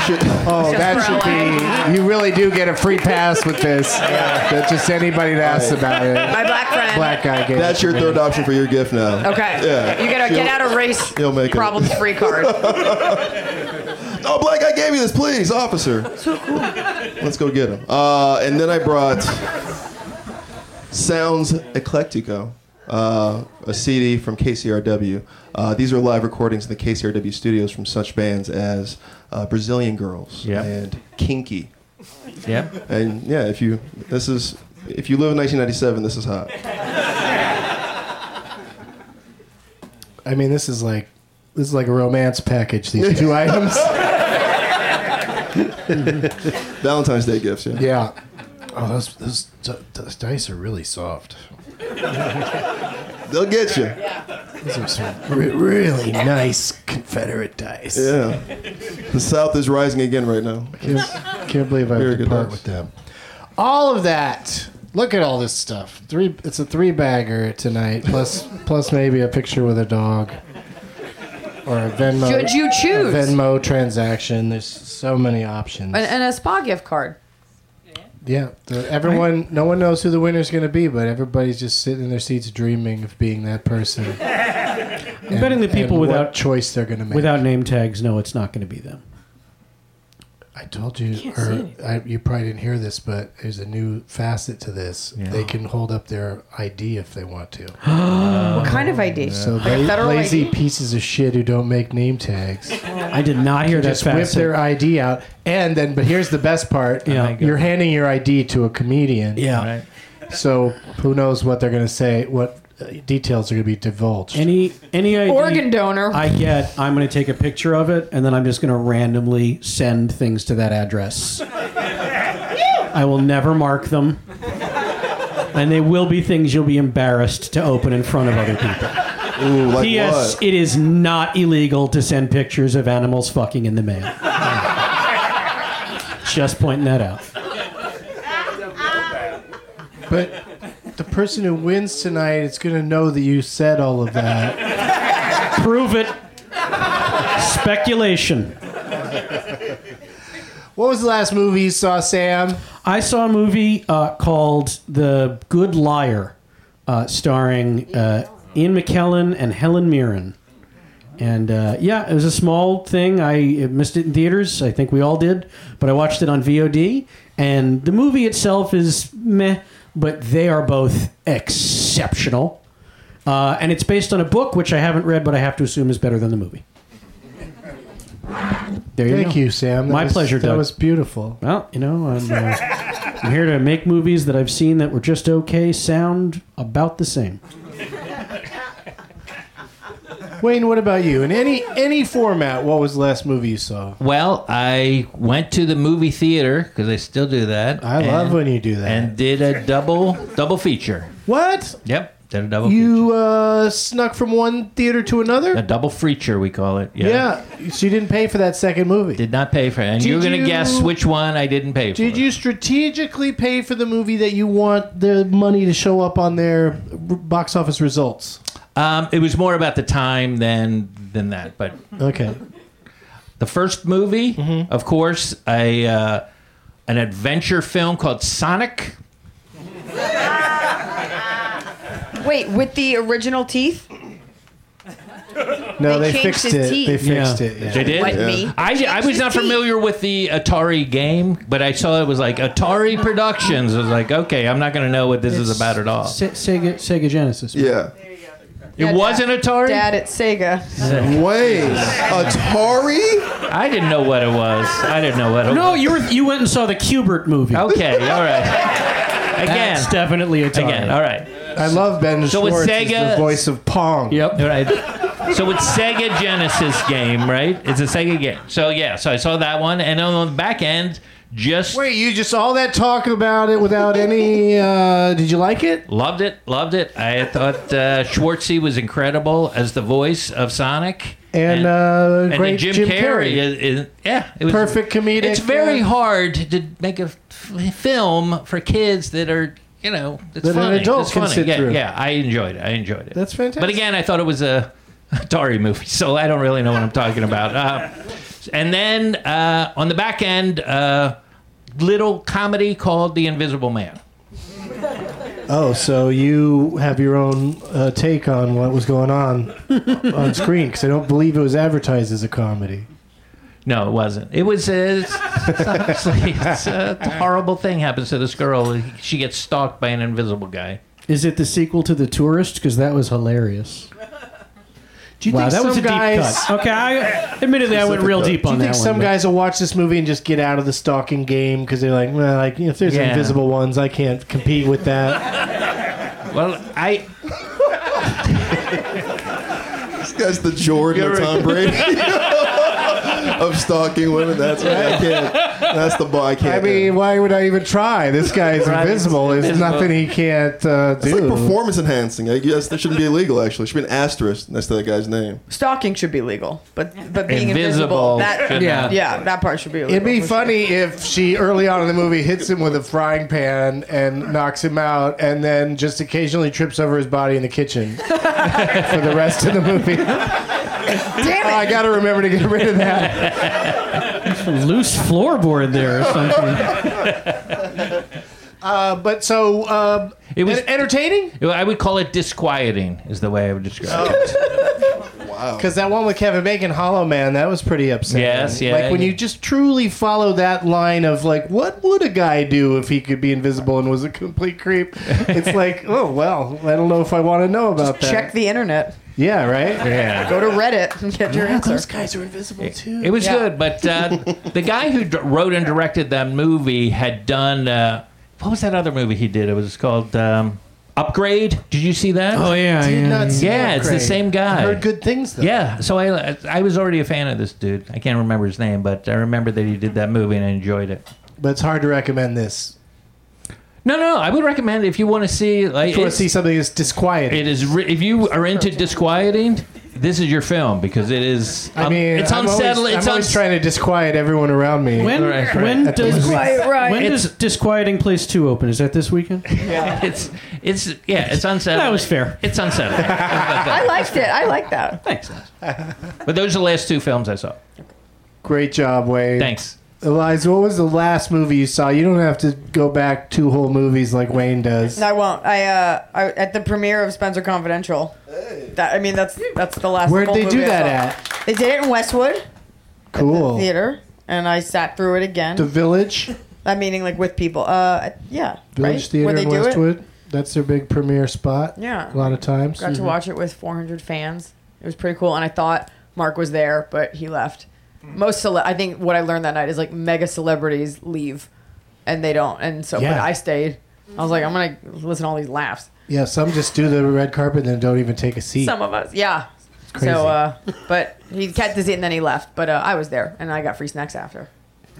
Speaker 6: should.
Speaker 2: Oh,
Speaker 7: Just
Speaker 2: that
Speaker 7: for
Speaker 2: should
Speaker 7: LA.
Speaker 2: be. You really do get a free pass with this. That just anybody that asks about it,
Speaker 7: My black friend.
Speaker 2: black guy gave.
Speaker 6: That's
Speaker 2: it to
Speaker 6: your
Speaker 2: me.
Speaker 6: third option for your gift now.
Speaker 7: Okay.
Speaker 6: Yeah.
Speaker 7: You gotta
Speaker 6: She'll-
Speaker 7: get out of race
Speaker 6: he'll make it.
Speaker 7: problems free card.
Speaker 6: Oh, Blake, I gave you this, please, officer. So cool. Let's go get him. Uh, and then I brought Sounds Eclectico, uh, a CD from KCRW. Uh, these are live recordings in the KCRW studios from such bands as uh, Brazilian Girls
Speaker 3: Yeah.
Speaker 6: and Kinky.
Speaker 3: Yep.
Speaker 6: And yeah, if you this is if you live in 1997, this is hot.
Speaker 2: I mean, this is like this is like a romance package. These two items.
Speaker 6: Valentine's Day gifts, yeah.
Speaker 2: Yeah. Oh, those those, d- those dice are really soft.
Speaker 6: They'll get you.
Speaker 2: Those are some re-
Speaker 7: [LAUGHS]
Speaker 2: really nice Confederate dice.
Speaker 6: Yeah. The South is rising again right now.
Speaker 2: Can't, can't believe I
Speaker 6: Very
Speaker 2: would
Speaker 6: good
Speaker 2: part
Speaker 6: dice.
Speaker 2: with them. All of that. Look at all this stuff. Three. It's a three bagger tonight. Plus, plus maybe a picture with a dog. Or a Venmo.
Speaker 7: Should you choose?
Speaker 2: a Venmo transaction. There's so many options.
Speaker 7: And, and a spa gift card.
Speaker 2: yeah. the- everyone. No one knows who the winner's going to be, but everybody's just sitting in their seats dreaming of being that person. I'm
Speaker 5: betting the people without-
Speaker 2: what choice they're going to make.
Speaker 5: Without name tags, no, it's not going to be them.
Speaker 2: I told you, or I, you probably didn't hear this, but there's a new facet to this. They can hold up their ID if they want [GASPS] to.
Speaker 7: What kind of ID?
Speaker 2: So la-
Speaker 7: federal
Speaker 2: lazy
Speaker 7: ID?
Speaker 2: pieces of shit who don't make name tags
Speaker 5: I did not hear that
Speaker 2: just whip
Speaker 5: fast.
Speaker 2: their ID out, and then. But here's the best part:
Speaker 5: Yeah.
Speaker 2: you're handing your ID to a comedian.
Speaker 5: yeah.
Speaker 3: Right.
Speaker 2: So who knows what they're going to say? What uh, details are going to be divulged?
Speaker 5: Any any ID
Speaker 7: Organ donor.
Speaker 5: I get, I'm going to take a picture of it, and then I'm just going to randomly send things to that address. I will never mark them, and they will be things you'll be embarrassed to open in front of other people.
Speaker 6: Ooh, like
Speaker 5: P.S.
Speaker 6: what?
Speaker 5: It is not illegal to send pictures of animals fucking in
Speaker 6: [LAUGHS]
Speaker 5: the mail. just pointing that out.
Speaker 2: But the person who wins tonight is going to know that you said all of [LAUGHS] that.
Speaker 5: Prove it. Speculation.
Speaker 2: What was the last movie you saw, Sam?
Speaker 5: I saw a movie uh, called The Good Liar uh, starring uh, Ian McKellen and Helen Mirren. And uh, yeah, it was a small thing. I uh, missed it in theaters. I think we all did, but I watched it on VOD. And the movie itself is meh, but they are both exceptional. Uh, and it's based on a book which I haven't read, but I have to assume is better than the movie. There you
Speaker 2: Thank
Speaker 5: go.
Speaker 2: you, Sam. That
Speaker 5: My
Speaker 2: was-
Speaker 5: pleasure,
Speaker 2: That
Speaker 5: Doug.
Speaker 2: was beautiful.
Speaker 5: Well, you know, I'm, uh, I'm here to make movies that I've seen that were just okay, sound about the same.
Speaker 2: Wayne, what about you? In any any format, what was the last movie you saw?
Speaker 3: Well, I went to the movie theater because I still do that.
Speaker 2: I love when you do that.
Speaker 3: And did a double double feature.
Speaker 2: what?
Speaker 3: Yep, did a double feature.
Speaker 2: You uh, snuck from one theater to
Speaker 3: A
Speaker 2: another?
Speaker 3: double feature, we call it. Yeah.
Speaker 2: Yeah. So you didn't pay for that second movie.
Speaker 3: Did not pay for it. And
Speaker 2: Did
Speaker 3: you're gonna
Speaker 2: you-
Speaker 3: guess which one I didn't pay for.
Speaker 2: Did you strategically pay for the movie that you want the money to show up on their r- box office results?
Speaker 3: Um, it was more about the time than than that. But
Speaker 2: Okay.
Speaker 3: the first movie,
Speaker 2: Mm-hmm.
Speaker 3: of course, a uh, an adventure film called Sonic.
Speaker 4: Wait, with the original teeth?
Speaker 2: No,
Speaker 4: They
Speaker 2: they,
Speaker 4: changed
Speaker 2: fixed
Speaker 4: his
Speaker 2: it.
Speaker 4: teeth.
Speaker 2: They fixed
Speaker 5: Yeah.
Speaker 2: it. yeah.
Speaker 3: They did.
Speaker 4: What, me?
Speaker 3: I, I was not familiar with the Atari game, but I saw it was like Atari Productions. I was like, okay, I'm not going to know what this is about at all.
Speaker 5: Se- Sega, Sega Genesis.
Speaker 6: Yeah.
Speaker 3: it wasn't Atari.
Speaker 4: Dad at Sega.
Speaker 6: Wait. Atari?
Speaker 3: I didn't know what it was. I didn't know what it
Speaker 5: No,
Speaker 3: was.
Speaker 5: you were you went and saw the Cubert movie.
Speaker 3: Okay, all right. Again,
Speaker 5: That's definitely a time.
Speaker 3: again, all right,
Speaker 2: I love Ben
Speaker 3: So with
Speaker 2: Schwartz as
Speaker 3: Sega-
Speaker 2: the voice of Pong.
Speaker 5: Yep.
Speaker 3: all right. So it's Sega Genesis game, right? It's a Sega game. So yeah, so I saw that one, and on the back end, just
Speaker 2: Wait, you just all that talk about it without any? Uh, did you like it?
Speaker 3: Loved it, loved it. I thought uh, Schwartzy was incredible as the voice of Sonic,
Speaker 2: And, uh,
Speaker 3: then
Speaker 2: great Jim Carrey.
Speaker 3: Is, is, yeah, it was
Speaker 2: Perfect comedic,
Speaker 3: It's very
Speaker 2: uh,
Speaker 3: hard to make a f- film for kids that are you know that's
Speaker 2: That an
Speaker 3: funny.
Speaker 2: adult
Speaker 3: that's
Speaker 2: can
Speaker 3: funny.
Speaker 2: sit
Speaker 3: yeah,
Speaker 2: through.
Speaker 3: yeah, I enjoyed it. I enjoyed it.
Speaker 2: That's fantastic.
Speaker 3: But again, I thought it was a Atari movie, so I don't really know what I'm talking about. Uh, and then uh, on the back end, uh, little comedy called The Invisible Man.
Speaker 2: Oh, so you have your own uh, take on what was going [LAUGHS] on on screen because I don't believe it was advertised as a comedy.
Speaker 3: No, it wasn't. It was a, it's honestly, it's a horrible thing happens to this girl. She gets stalked by an invisible guy.
Speaker 5: Is it the sequel to The Tourist? Because that was hilarious.
Speaker 2: Do you think
Speaker 5: Wow, that
Speaker 2: some
Speaker 5: was a
Speaker 2: guys,
Speaker 5: deep cut. Okay, I, admittedly, I went real
Speaker 6: cut.
Speaker 5: deep
Speaker 2: Do
Speaker 5: on
Speaker 2: you
Speaker 5: that
Speaker 2: think
Speaker 5: one,
Speaker 2: some
Speaker 5: but-
Speaker 2: guys will watch this movie and just get out of the stalking game because they're like, well, like if there's
Speaker 3: Yeah.
Speaker 2: invisible ones, I can't compete with that.
Speaker 3: Well, I
Speaker 6: This guy's the Jordan of Tom Brady. [LAUGHS] of stalking women. That's right. I can't. That's the boy.
Speaker 2: [LAUGHS]
Speaker 6: I
Speaker 2: I
Speaker 6: can't. uh, do.
Speaker 2: mean, why would I even try? This guy's
Speaker 3: Right, it's
Speaker 2: invisible. There's
Speaker 3: invisible.
Speaker 2: nothing he can't uh,
Speaker 6: It's
Speaker 2: do.
Speaker 6: like performance enhancing. I guess that shouldn't be illegal, actually. It should be an asterisk next to that guy's name.
Speaker 4: Stalking should be legal, but but being
Speaker 3: invisible.
Speaker 4: invisible, that
Speaker 3: yeah.
Speaker 5: Yeah.
Speaker 4: yeah, that part should be illegal.
Speaker 2: It'd be
Speaker 4: for sure.
Speaker 2: funny if she early on in the movie hits him with a frying pan and knocks him out, and then just occasionally trips over his body in the kitchen for the rest of the movie. Damn it! I got to remember to get rid of that.
Speaker 5: loose floorboard there or something.
Speaker 2: [LAUGHS] Uh, but so uh,
Speaker 3: It was-
Speaker 2: en- entertaining
Speaker 3: I would call it disquieting is the way I would describe it. Oh.
Speaker 2: because that one with Kevin Bacon, Hollow Man, that was pretty upsetting.
Speaker 3: Yes, yeah,
Speaker 2: Like when
Speaker 3: yeah.
Speaker 2: you just truly follow that line of like, what would a guy do if he could be invisible and was a complete creep? It's
Speaker 3: [LAUGHS]
Speaker 2: like, oh well, I don't know if I want to know about that.
Speaker 4: Uh, Check the internet.
Speaker 2: Yeah, right. [LAUGHS]
Speaker 3: Yeah.
Speaker 4: Go to Reddit and get your answer.
Speaker 2: guys are invisible too.
Speaker 3: It was
Speaker 4: Oh. Yeah.
Speaker 3: good, but uh, the guy who d- wrote and directed that movie had done uh, what was that other movie he did? It was called um, Upgrade. Did you see that?
Speaker 5: Oh yeah,
Speaker 2: Did
Speaker 5: yeah.
Speaker 2: not see
Speaker 3: yeah,
Speaker 2: that
Speaker 3: it's the
Speaker 2: great.
Speaker 3: same guy.
Speaker 2: I heard good things though.
Speaker 3: Yeah, so I I was already a fan of this dude. I can't remember his name, but I remember that he did that movie and I enjoyed it.
Speaker 2: but it's hard to recommend this.
Speaker 3: No, no, I would recommend if you want to see like
Speaker 2: If you want to
Speaker 3: it's-
Speaker 2: see something that's disquieting,
Speaker 3: it is re- if you are into disquieting, this is your film because it is.
Speaker 2: I
Speaker 3: um,
Speaker 2: mean,
Speaker 3: it's
Speaker 2: I'm
Speaker 3: unsettling.
Speaker 2: Always,
Speaker 3: it's
Speaker 2: I'm always
Speaker 3: uns-
Speaker 2: trying to disquiet everyone around me.
Speaker 5: When
Speaker 3: Right, right.
Speaker 5: when
Speaker 2: At the
Speaker 5: does
Speaker 2: movies.
Speaker 4: right.
Speaker 5: when
Speaker 3: It's-
Speaker 5: does Disquieting Place Two open? Is that this weekend?
Speaker 3: It's it's yeah, it's unsettling.
Speaker 5: That was fair.
Speaker 3: It's unsettling. [LAUGHS]
Speaker 4: I liked it. I like that.
Speaker 5: Thanks.
Speaker 3: but those are the last two films I saw.
Speaker 2: Great job, Wade.
Speaker 3: Thanks.
Speaker 2: Eliza, what was the last movie you saw? You don't have to go back two whole movies like Wayne does.
Speaker 7: I won't. I uh, I, at the premiere of Spencer Confidential. That I mean, that's that's the last.
Speaker 2: Where'd
Speaker 7: full
Speaker 2: they do
Speaker 7: movie I
Speaker 2: that
Speaker 7: saw.
Speaker 2: at?
Speaker 7: They did it in Westwood
Speaker 2: Cool. The,
Speaker 7: Theater, and I sat through it again.
Speaker 2: Village,
Speaker 7: I meaning like with people. Uh, yeah,
Speaker 2: Village
Speaker 7: right?
Speaker 2: Theater
Speaker 7: Where they
Speaker 2: in
Speaker 7: do
Speaker 2: Westwood. That's their big premiere spot. A
Speaker 7: Yeah.
Speaker 2: lot of times.
Speaker 7: It. Got to watch it with 400 fans. It was pretty cool, and I thought Mark was there, but he left. Most cele- I think what I learned that night is like mega celebrities leave, and they don't, and so but
Speaker 2: Yeah.
Speaker 7: I stayed. I was like, I'm gonna listen to all these laughs.
Speaker 2: Yeah, some just do the red carpet and then don't even take a seat.
Speaker 7: Some of us, yeah.
Speaker 2: crazy.
Speaker 7: So, uh, but he kept the seat and then he left. But uh, I was there and I got free snacks after.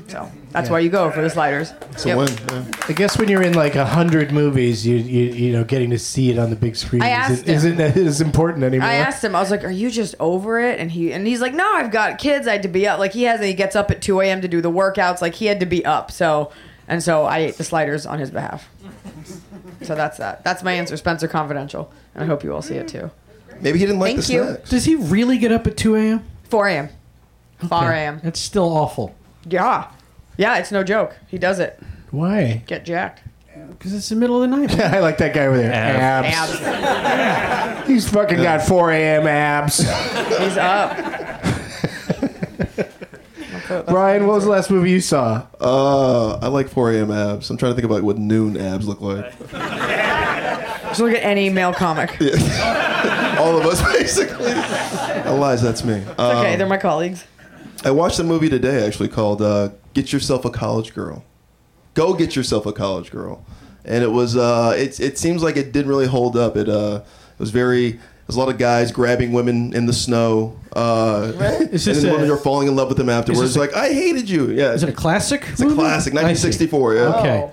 Speaker 7: So that's
Speaker 2: Yeah.
Speaker 7: where you go for the sliders.
Speaker 6: So
Speaker 7: Yep.
Speaker 6: when? yeah.
Speaker 2: I guess when you're in like a hundred movies, you, you you know getting to see it on the big screen
Speaker 7: I asked
Speaker 2: isn't, isn't as important anymore.
Speaker 7: I asked him, I was like, "Are you just over it?" And he and he's like, "No, I've got kids. I had to be up." Like he has, he gets up at two a.m. to do the workouts. Like he had to be up. So, and so I ate the sliders on his behalf. So that's that. That's my answer, Spencer Confidential, and I hope you all see it too.
Speaker 6: Maybe he didn't like
Speaker 7: Thank
Speaker 6: the
Speaker 7: you.
Speaker 6: snacks.
Speaker 5: Does he really get up at 2 a.m.?
Speaker 7: Four a.m. Four a.m.
Speaker 5: That's still awful.
Speaker 7: Yeah, yeah, it's no joke. He does it.
Speaker 2: Why?
Speaker 7: Get jacked.
Speaker 5: Because it's the middle of the night.
Speaker 2: I like that guy over there. Abs.
Speaker 7: Abs.
Speaker 2: He's fucking got 4 a.m.
Speaker 7: [LAUGHS]
Speaker 2: abs.
Speaker 7: He's up.
Speaker 2: Brian, what was the last movie you saw?
Speaker 6: Uh, I like 4 a.m. abs. I'm trying to think about what noon abs look like.
Speaker 7: Just look at any male comic.
Speaker 6: All of us, [LAUGHS] basically. Eliza, that's me. Uh,
Speaker 7: okay, they're my colleagues.
Speaker 6: I watched a movie today actually called uh, "Get Yourself a College Girl." Go get yourself a college girl, and it was. Uh, it it seems like it didn't really hold up. It uh, it was very. There's a lot of guys grabbing women in the snow, uh, and
Speaker 5: Is
Speaker 6: then
Speaker 5: this a-
Speaker 6: women are falling in love with them afterwards.
Speaker 5: a-
Speaker 6: like I hated you. Yeah,
Speaker 5: Is it a classic?
Speaker 6: It's a classic, 1964.
Speaker 7: Oh,
Speaker 6: Yeah,
Speaker 5: Okay.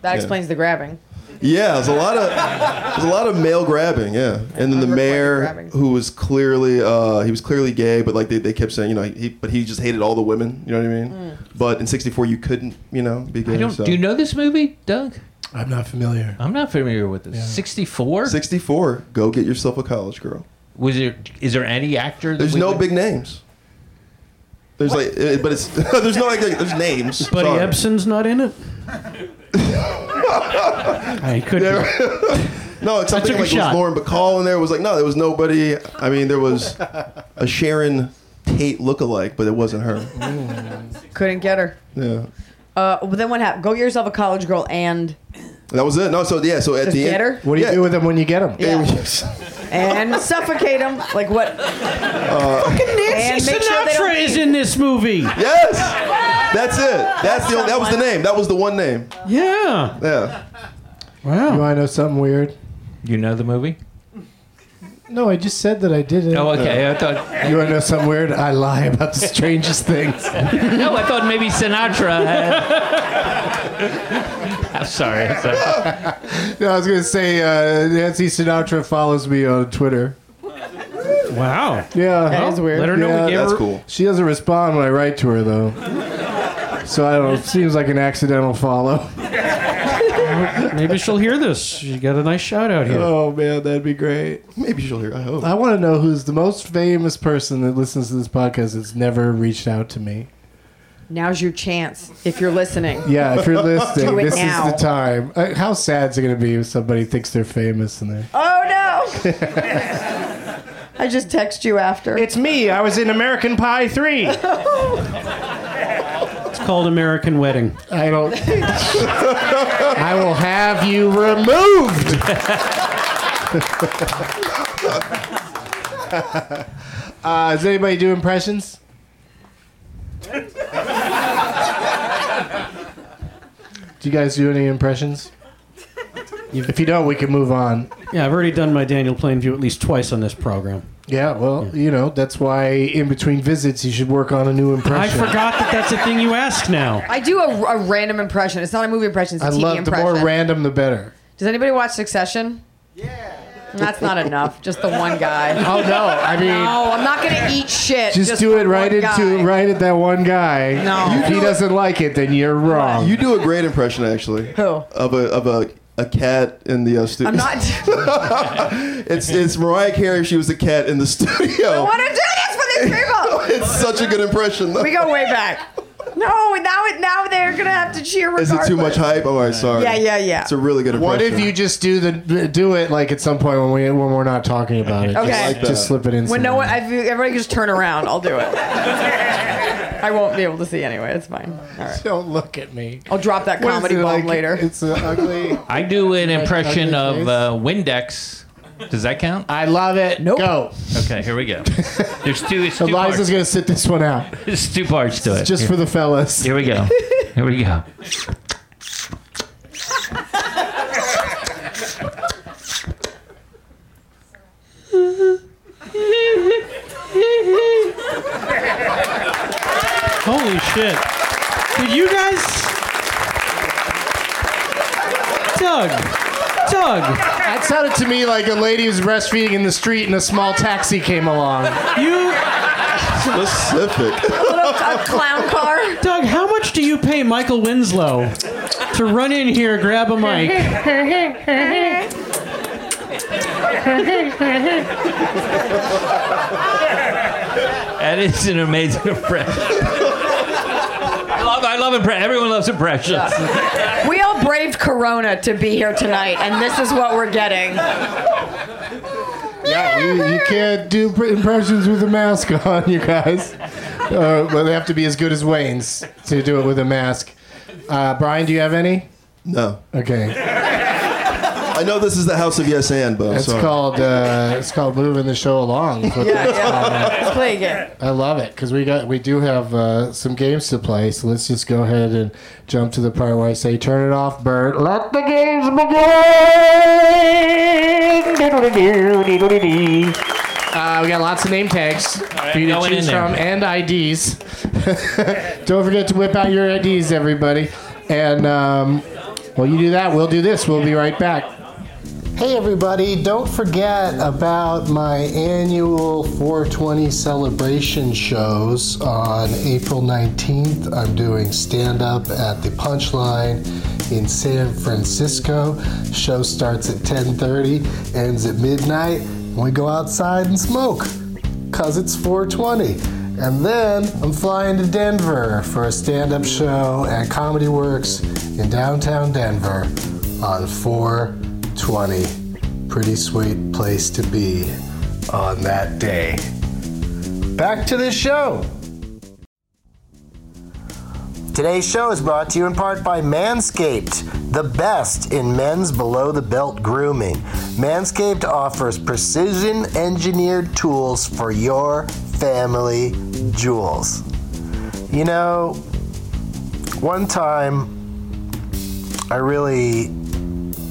Speaker 7: That explains the grabbing.
Speaker 6: yeah. There's a lot of there's a lot of male grabbing. Yeah, and then the
Speaker 7: Undercover
Speaker 6: mayor,
Speaker 7: grabbing.
Speaker 6: who was clearly uh, he was clearly gay, but like they, they kept saying, you know, he but he just hated all the women. You know what I mean? But in '64, you couldn't, you know, be gay.
Speaker 3: I don't.
Speaker 6: so.
Speaker 2: uh,
Speaker 3: Do you know this movie, Doug?
Speaker 2: I'm not familiar.
Speaker 3: I'm not familiar with this. Sixty-four.
Speaker 6: '64. Go get yourself a college girl.
Speaker 3: Was there? Is there any actor? That
Speaker 6: There's
Speaker 3: we
Speaker 6: no
Speaker 3: would-
Speaker 6: big names. There's like, eh, but it's [LAUGHS] there's no like there's names.
Speaker 5: Buddy
Speaker 6: Sorry.
Speaker 5: Ebsen's not in it? I could be.
Speaker 6: No, it's something
Speaker 5: took
Speaker 6: like it
Speaker 5: a
Speaker 6: was
Speaker 5: shot.
Speaker 6: Lauren Bacall in there. It was like no, there was nobody. I mean, there was a Sharon Tate lookalike, but it wasn't her.
Speaker 7: Couldn't get her.
Speaker 6: Yeah.
Speaker 7: Uh, but then what happened? Go get yourself a college girl and
Speaker 6: That was it. No, so yeah, so at
Speaker 7: Just
Speaker 6: the
Speaker 7: get
Speaker 6: end,
Speaker 7: her?
Speaker 2: What do you
Speaker 6: Yeah.
Speaker 2: do with them when you get them? [LAUGHS]
Speaker 7: Yeah.
Speaker 6: Yeah.
Speaker 7: and suffocate him. Like what? and
Speaker 5: Nancy
Speaker 7: make sure they don't
Speaker 5: Sinatra is
Speaker 7: leave.
Speaker 5: in this
Speaker 7: [LAUGHS]
Speaker 5: movie.
Speaker 6: yes, that's it. That's the only, that was the name. That was the one name.
Speaker 5: Yeah.
Speaker 6: Yeah,
Speaker 2: You
Speaker 5: Wow.
Speaker 2: want to know something weird?
Speaker 3: You know the movie?
Speaker 2: No, I just said that I did it.
Speaker 3: Oh, okay. I thought.
Speaker 2: You want to know something weird? I lie about the strangest things.
Speaker 3: No, I thought maybe Sinatra. [LAUGHS] Had... I'm sorry. I'm sorry.
Speaker 2: [LAUGHS] No, I was going to say uh, Nancy Sinatra follows me on Twitter.
Speaker 5: Wow.
Speaker 2: Yeah.
Speaker 7: That is weird.
Speaker 5: Let her know
Speaker 2: Yeah,
Speaker 5: we gave
Speaker 6: that's
Speaker 5: her.
Speaker 6: cool.
Speaker 2: She doesn't respond when I write to her, though. So I don't know. It seems like an accidental follow.
Speaker 5: Maybe she'll hear this. She got a nice shout out here.
Speaker 2: [LAUGHS] Oh, man, that'd be great.
Speaker 6: Maybe she'll hear. I hope.
Speaker 2: I want to know who's the most famous person that listens to this podcast that's never reached out to me.
Speaker 7: Now's your chance if you're listening.
Speaker 2: Yeah, if you're listening,
Speaker 7: [LAUGHS] Do it
Speaker 2: this
Speaker 7: now.
Speaker 2: is the time. Uh, How sad is it going to be if somebody thinks they're famous and they're.
Speaker 7: Oh
Speaker 2: [LAUGHS]
Speaker 7: no! I just text you after.
Speaker 2: It's me. I was in American Pie 3.
Speaker 5: It's called American Wedding.
Speaker 2: I don't. [LAUGHS] I will have you removed. [LAUGHS] uh, does anybody do impressions? do you guys do any impressions? If you don't, we can move on.
Speaker 5: Yeah, I've already done my Daniel Plainview at least twice on this program.
Speaker 2: Yeah, well, you know, that's why in between visits you should work on a new
Speaker 5: I
Speaker 2: impression.
Speaker 5: forgot that that's a thing you ask now.
Speaker 7: I do a, a random impression. It's not a movie impression. It's a
Speaker 2: I
Speaker 7: TV
Speaker 2: love the
Speaker 7: impression.
Speaker 2: more random the
Speaker 7: [LAUGHS]
Speaker 2: better.
Speaker 7: Does anybody watch Succession? Yeah. That's not enough. Just the one guy.
Speaker 2: [LAUGHS] Oh no, I mean
Speaker 7: No, I'm not gonna eat shit.
Speaker 2: just, do
Speaker 7: the
Speaker 2: it right
Speaker 7: one
Speaker 2: into
Speaker 7: guy.
Speaker 2: right at that one guy.
Speaker 7: No.
Speaker 2: if he doesn't like it, then you're wrong.
Speaker 6: You do a great impression, actually.
Speaker 7: Who?
Speaker 6: Of a of a, a cat in the uh, studio.
Speaker 2: [LAUGHS]
Speaker 7: I'm not. [LAUGHS] I
Speaker 6: [LAUGHS] It's it's Mariah Carey. She was a cat in the [LAUGHS] studio.
Speaker 7: want to do this for these people.
Speaker 6: [LAUGHS] It's such a good impression. Though.
Speaker 7: We go way back. No, and now it now they're gonna have to cheer.
Speaker 6: Is
Speaker 7: Regardless.
Speaker 6: it too much hype? Oh, I'm sorry.
Speaker 7: Yeah, yeah, yeah.
Speaker 6: It's a really good impression.
Speaker 2: What if you just do the do it like at some point when we when we're not talking about it?
Speaker 7: Okay.
Speaker 2: Just,
Speaker 7: I
Speaker 6: like that.
Speaker 2: just slip it in.
Speaker 7: When no
Speaker 2: somewhere.
Speaker 7: one, if you- everybody just turn around, I'll do it. I won't be able to see anyway. It's fine. All right.
Speaker 2: Don't look at me.
Speaker 7: I'll drop that
Speaker 2: What is
Speaker 7: comedy
Speaker 2: it,
Speaker 7: bomb
Speaker 2: like,
Speaker 7: later.
Speaker 2: It's an
Speaker 7: [LAUGHS]
Speaker 2: ugly.
Speaker 3: I do an impression
Speaker 2: ugly
Speaker 3: of
Speaker 2: face.
Speaker 3: uh, Windex. Does that count?
Speaker 2: I love it.
Speaker 7: Nope.
Speaker 2: Go.
Speaker 3: Okay, here we go. There's two. It's two parts.
Speaker 2: Eliza's gonna sit this one out
Speaker 3: There's two parts to it.
Speaker 2: just
Speaker 3: here,
Speaker 2: for the fellas.
Speaker 3: here we go. Here we go.
Speaker 5: Holy shit. Did you guys. Doug. Doug.
Speaker 2: That sounded to me like a lady was breastfeeding in the street and a small taxi came along.
Speaker 5: You.
Speaker 6: specific?
Speaker 7: A clown car.
Speaker 5: Doug, how much do you pay Michael Winslow to run in here, grab a mic?
Speaker 3: That is an amazing impression. I love. I love impressions. Everyone loves impressions.
Speaker 7: We all braved Corona to be here tonight, and this is what we're getting.
Speaker 2: [LAUGHS] Yeah, you, you can't do pr- impressions with a mask on, you guys. Uh, but they have to be as good as Wayne's to do it with a mask. Uh, Brian, do you have any?
Speaker 6: no.
Speaker 2: Okay,
Speaker 6: I know this is the house of yes and, but I'm
Speaker 2: it's
Speaker 6: sorry.
Speaker 2: called uh, it's called moving the show along. is what
Speaker 7: Yeah, yeah. Let's play again.
Speaker 2: I love it because we got we do have uh, some games to play. So let's just go ahead and jump to the part where I say, "Turn it off, Bert. Let the games begin." Diddle-de-doo, diddle-de-dee. [LAUGHS] Uh, we got lots of name tags for you
Speaker 3: no
Speaker 2: to
Speaker 3: one in
Speaker 2: choose
Speaker 3: there.
Speaker 2: from and IDs. [LAUGHS] Don't forget to whip out your IDs, everybody. And um, while you do that, we'll do this. We'll be right back. Hey everybody, don't forget about my annual 420 celebration shows on April 19th. I'm doing stand up at the Punchline in San Francisco. Show starts at 10:30, ends at midnight, and we go outside and smoke cuz it's 420. And then I'm flying to Denver for a stand up show at Comedy Works in downtown Denver on 4 20. Pretty sweet place to be on that day. Back to the show. Today's show is brought to you in part by Manscaped, the best in men's below the belt grooming. Manscaped offers precision engineered tools for your family jewels. You know, one time I really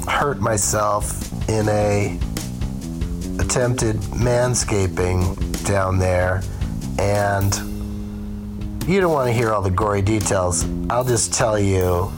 Speaker 2: hurt myself in a attempted manscaping down there and you don't want to hear all the gory details i'll just tell you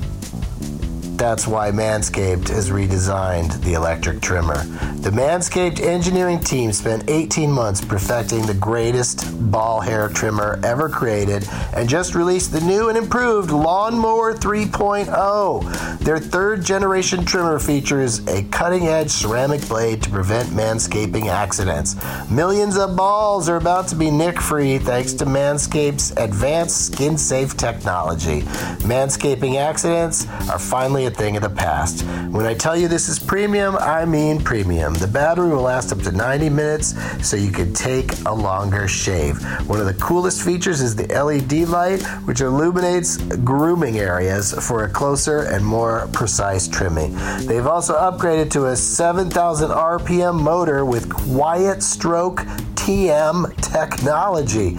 Speaker 2: that's why Manscaped has redesigned the electric trimmer. The Manscaped engineering team spent 18 months perfecting the greatest ball hair trimmer ever created and just released the new and improved Lawnmower 3.0. Their third generation trimmer features a cutting edge ceramic blade to prevent manscaping accidents. Millions of balls are about to be nick free thanks to Manscaped's advanced skin safe technology. Manscaping accidents are finally a thing of the past. When I tell you this is premium, I mean premium. The battery will last up to 90 minutes, so you can take a longer shave. One of the coolest features is the LED light, which illuminates grooming areas for a closer and more precise trimming. They've also upgraded to a 7,000 RPM motor with quiet stroke TM technology.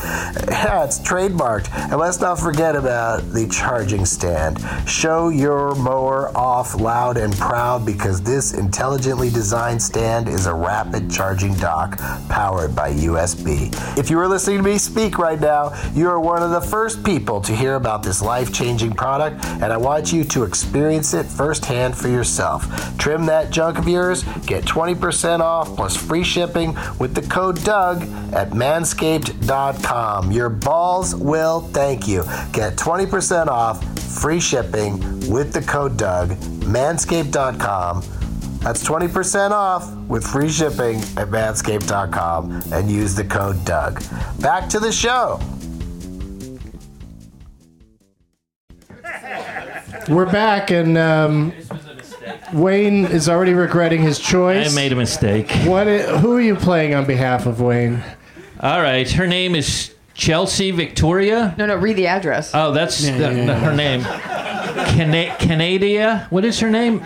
Speaker 2: Yeah, it's trademarked. And let's not forget about the charging stand. Show your mower off loud and proud because this intelligently designed stand is a rapid charging dock powered by USB. If you are listening to me speak right now, you are one of the first people to hear about this life changing product, and I want you to experience it firsthand for yourself. Trim that junk of yours, get 20% off plus free shipping with the code Doug at manscaped.com. Your balls will thank you. Get 20% off free shipping with the code Doug, manscaped.com. That's 20% off with free shipping at manscaped.com and use the code Doug. Back to the show. We're back, and um, Wayne is already regretting his choice.
Speaker 3: I made a mistake.
Speaker 2: What? i- who are you playing on behalf of Wayne?
Speaker 3: All right. Her name is Chelsea Victoria.
Speaker 7: No, no, read the address.
Speaker 3: Oh, that's
Speaker 5: Yeah,
Speaker 3: the-
Speaker 5: yeah, yeah.
Speaker 3: her name. Cana- Canadia. What is her name?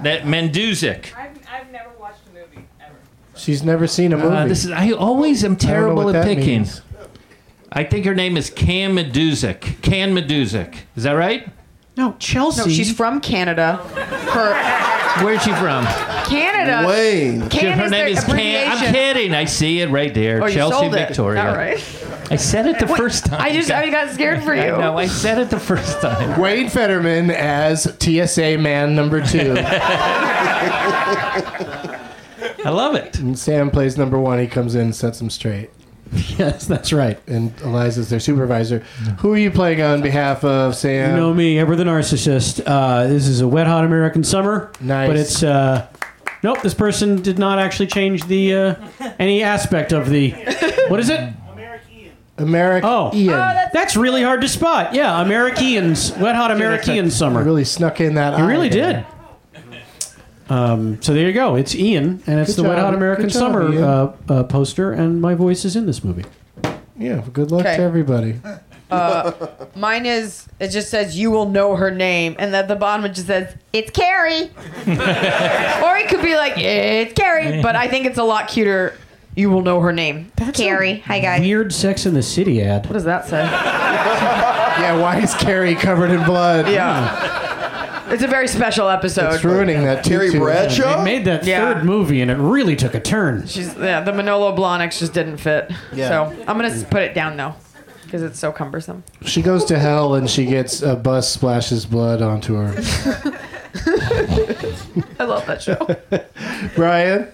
Speaker 3: That Menduzik.
Speaker 8: I've, I've never watched a movie ever.
Speaker 2: She's never seen a movie.
Speaker 3: Uh, this is. I always am
Speaker 2: I don't know
Speaker 3: terrible
Speaker 2: what
Speaker 3: at
Speaker 2: that
Speaker 3: picking.
Speaker 2: means.
Speaker 3: I think her name is Cam Meduzik. Can Meduzik. Is that right?
Speaker 5: No, Chelsea.
Speaker 7: No, she's from Canada. Her
Speaker 3: Where's she from?
Speaker 7: Canada.
Speaker 6: Wayne.
Speaker 7: Can
Speaker 3: her
Speaker 7: is
Speaker 3: name
Speaker 7: their
Speaker 3: is Cam. I'm
Speaker 7: abbreviation.
Speaker 3: kidding. I see it right there.
Speaker 7: Oh, you
Speaker 3: Chelsea
Speaker 7: sold it.
Speaker 3: Victoria.
Speaker 7: All right.
Speaker 3: I said it the first time.
Speaker 7: I just I got scared for
Speaker 3: [LAUGHS] I
Speaker 7: you.
Speaker 3: know. I said it the first time.
Speaker 2: Wayne Fetterman as TSA man number two.
Speaker 3: I love it.
Speaker 2: and Sam plays number one. He comes in, sets him straight,
Speaker 5: [LAUGHS] yes, that's right.
Speaker 2: and Eliza's their supervisor. Who are you playing on behalf of, Sam?
Speaker 5: You know me, ever the narcissist. Uh, this is a wet, hot American summer.
Speaker 2: Nice.
Speaker 5: But it's uh, nope. This person did not actually change the uh, any aspect of the. What is it?
Speaker 2: American
Speaker 5: Oh.
Speaker 2: Ian.
Speaker 5: That's really hard to spot. Yeah, Americans, wet, hot American
Speaker 2: I
Speaker 5: summer.
Speaker 2: really snuck in that.
Speaker 5: You
Speaker 2: eye
Speaker 5: really
Speaker 2: there.
Speaker 5: did. Um, so there you go. It's Ian, and it's
Speaker 2: Good
Speaker 5: the Wet
Speaker 2: job.
Speaker 5: Hot American
Speaker 2: Good job,
Speaker 5: Summer
Speaker 2: Ian.
Speaker 5: uh, uh, poster, and my voice is in this movie.
Speaker 2: Yeah. Good luck
Speaker 7: Okay.
Speaker 2: to everybody.
Speaker 7: Mine is it just says you will know her name, and at the bottom it just says it's Carrie. or it could be like it's Carrie, but I think it's a lot cuter. You will know her name.
Speaker 5: That's a
Speaker 7: Carrie. Hi guys.
Speaker 5: Weird Sex in the City ad.
Speaker 7: What does that say?
Speaker 2: Yeah. Why is Carrie covered in blood?
Speaker 7: Yeah. It's a very special episode.
Speaker 2: It's ruining that
Speaker 6: Carrie
Speaker 2: tutu.
Speaker 5: They
Speaker 3: Oh.
Speaker 6: Bradshaw?
Speaker 5: made that
Speaker 7: Yeah.
Speaker 5: third movie, and it really took a turn.
Speaker 7: She's yeah, the Manolo Blahniks just didn't fit.
Speaker 2: Yeah.
Speaker 7: So I'm gonna s- put it down though, because it's so cumbersome.
Speaker 2: She goes to hell and she gets a bus splashes blood onto her.
Speaker 7: I love
Speaker 2: [LAUGHS]
Speaker 7: that show. Oh,
Speaker 2: Brian,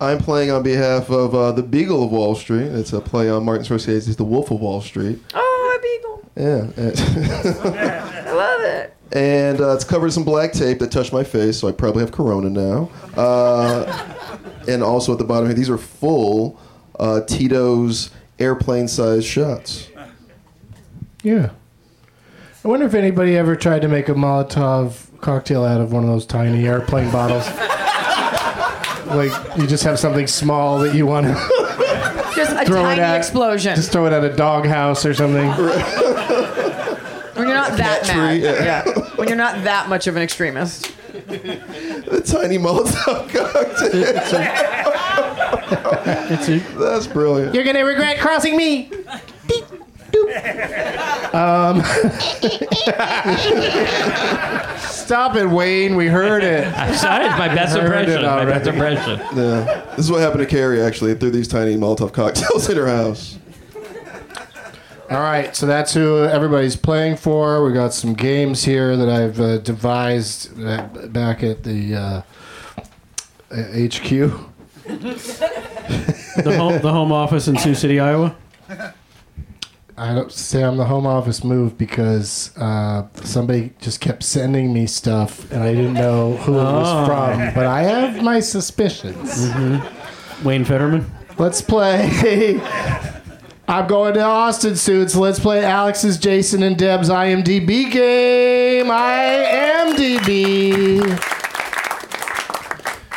Speaker 6: I'm playing on behalf of uh, The Beagle of Wall Street. It's a play on Martin Scorsese's The Wolf of Wall Street.
Speaker 7: oh, a beagle.
Speaker 6: Yeah. [LAUGHS]
Speaker 7: I love it.
Speaker 6: and uh, it's covered in some black tape that touched my face, so I probably have corona now. Uh, and also at the bottom here, these are full uh, Tito's airplane-sized shots.
Speaker 2: yeah. I wonder if anybody ever tried to make a Molotov cocktail out of one of those tiny airplane bottles. like you just have something small that you want to
Speaker 7: Just a
Speaker 2: Throw it
Speaker 7: tiny
Speaker 2: at- [LAUGHS]
Speaker 7: explosion.
Speaker 2: just throw it at a doghouse or something.
Speaker 7: when you're not that mad.
Speaker 6: tree, yeah.
Speaker 7: Yeah. When you're not that much of an extremist.
Speaker 6: The tiny Molotov [LAUGHS] cocktail.
Speaker 5: It's a,
Speaker 6: [LAUGHS] That's brilliant.
Speaker 2: You're gonna regret crossing me. um, [LAUGHS] Stop it, Wayne. We heard it.
Speaker 7: [LAUGHS]
Speaker 3: Sorry, it's my best
Speaker 2: heard it
Speaker 3: impression. My best
Speaker 2: already.
Speaker 3: impression.
Speaker 6: Yeah. This is what happened to Carrie, actually. They threw these tiny Molotov cocktails [LAUGHS] in her house.
Speaker 2: All right, so that's who everybody's playing for. We got some games here that I've uh, devised uh, back at the uh, uh, HQ.
Speaker 5: the, home, the home office in Sioux City, Iowa.
Speaker 2: I don't say I'm the home office move because uh, somebody just kept sending me stuff and I didn't know who it was
Speaker 5: Oh.
Speaker 2: from, but I have my suspicions.
Speaker 5: Wayne Fetterman.
Speaker 2: Let's play. [LAUGHS] I'm going to Austin soon, so let's play Alex's, Jason, and Deb's IMDb game. IMDb.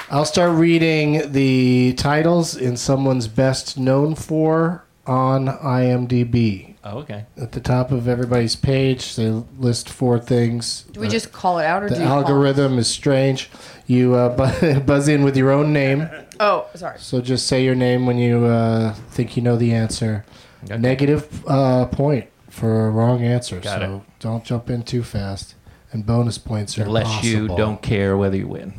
Speaker 2: I'll start reading the titles in someone's best known for on IMDb.
Speaker 3: Oh, okay.
Speaker 2: At the top of everybody's page, they list four things.
Speaker 7: Do we just call it out or
Speaker 2: The
Speaker 7: do you call-
Speaker 2: algorithm is strange. You uh, [LAUGHS] bu- buzz in with your own name.
Speaker 7: Oh, sorry.
Speaker 2: So just say your name when you uh, think you know the answer. Negative uh, point for a wrong answer.
Speaker 3: Got
Speaker 2: so don't jump in too fast. And bonus points are
Speaker 3: Unless you
Speaker 2: possible.
Speaker 3: don't care whether you win.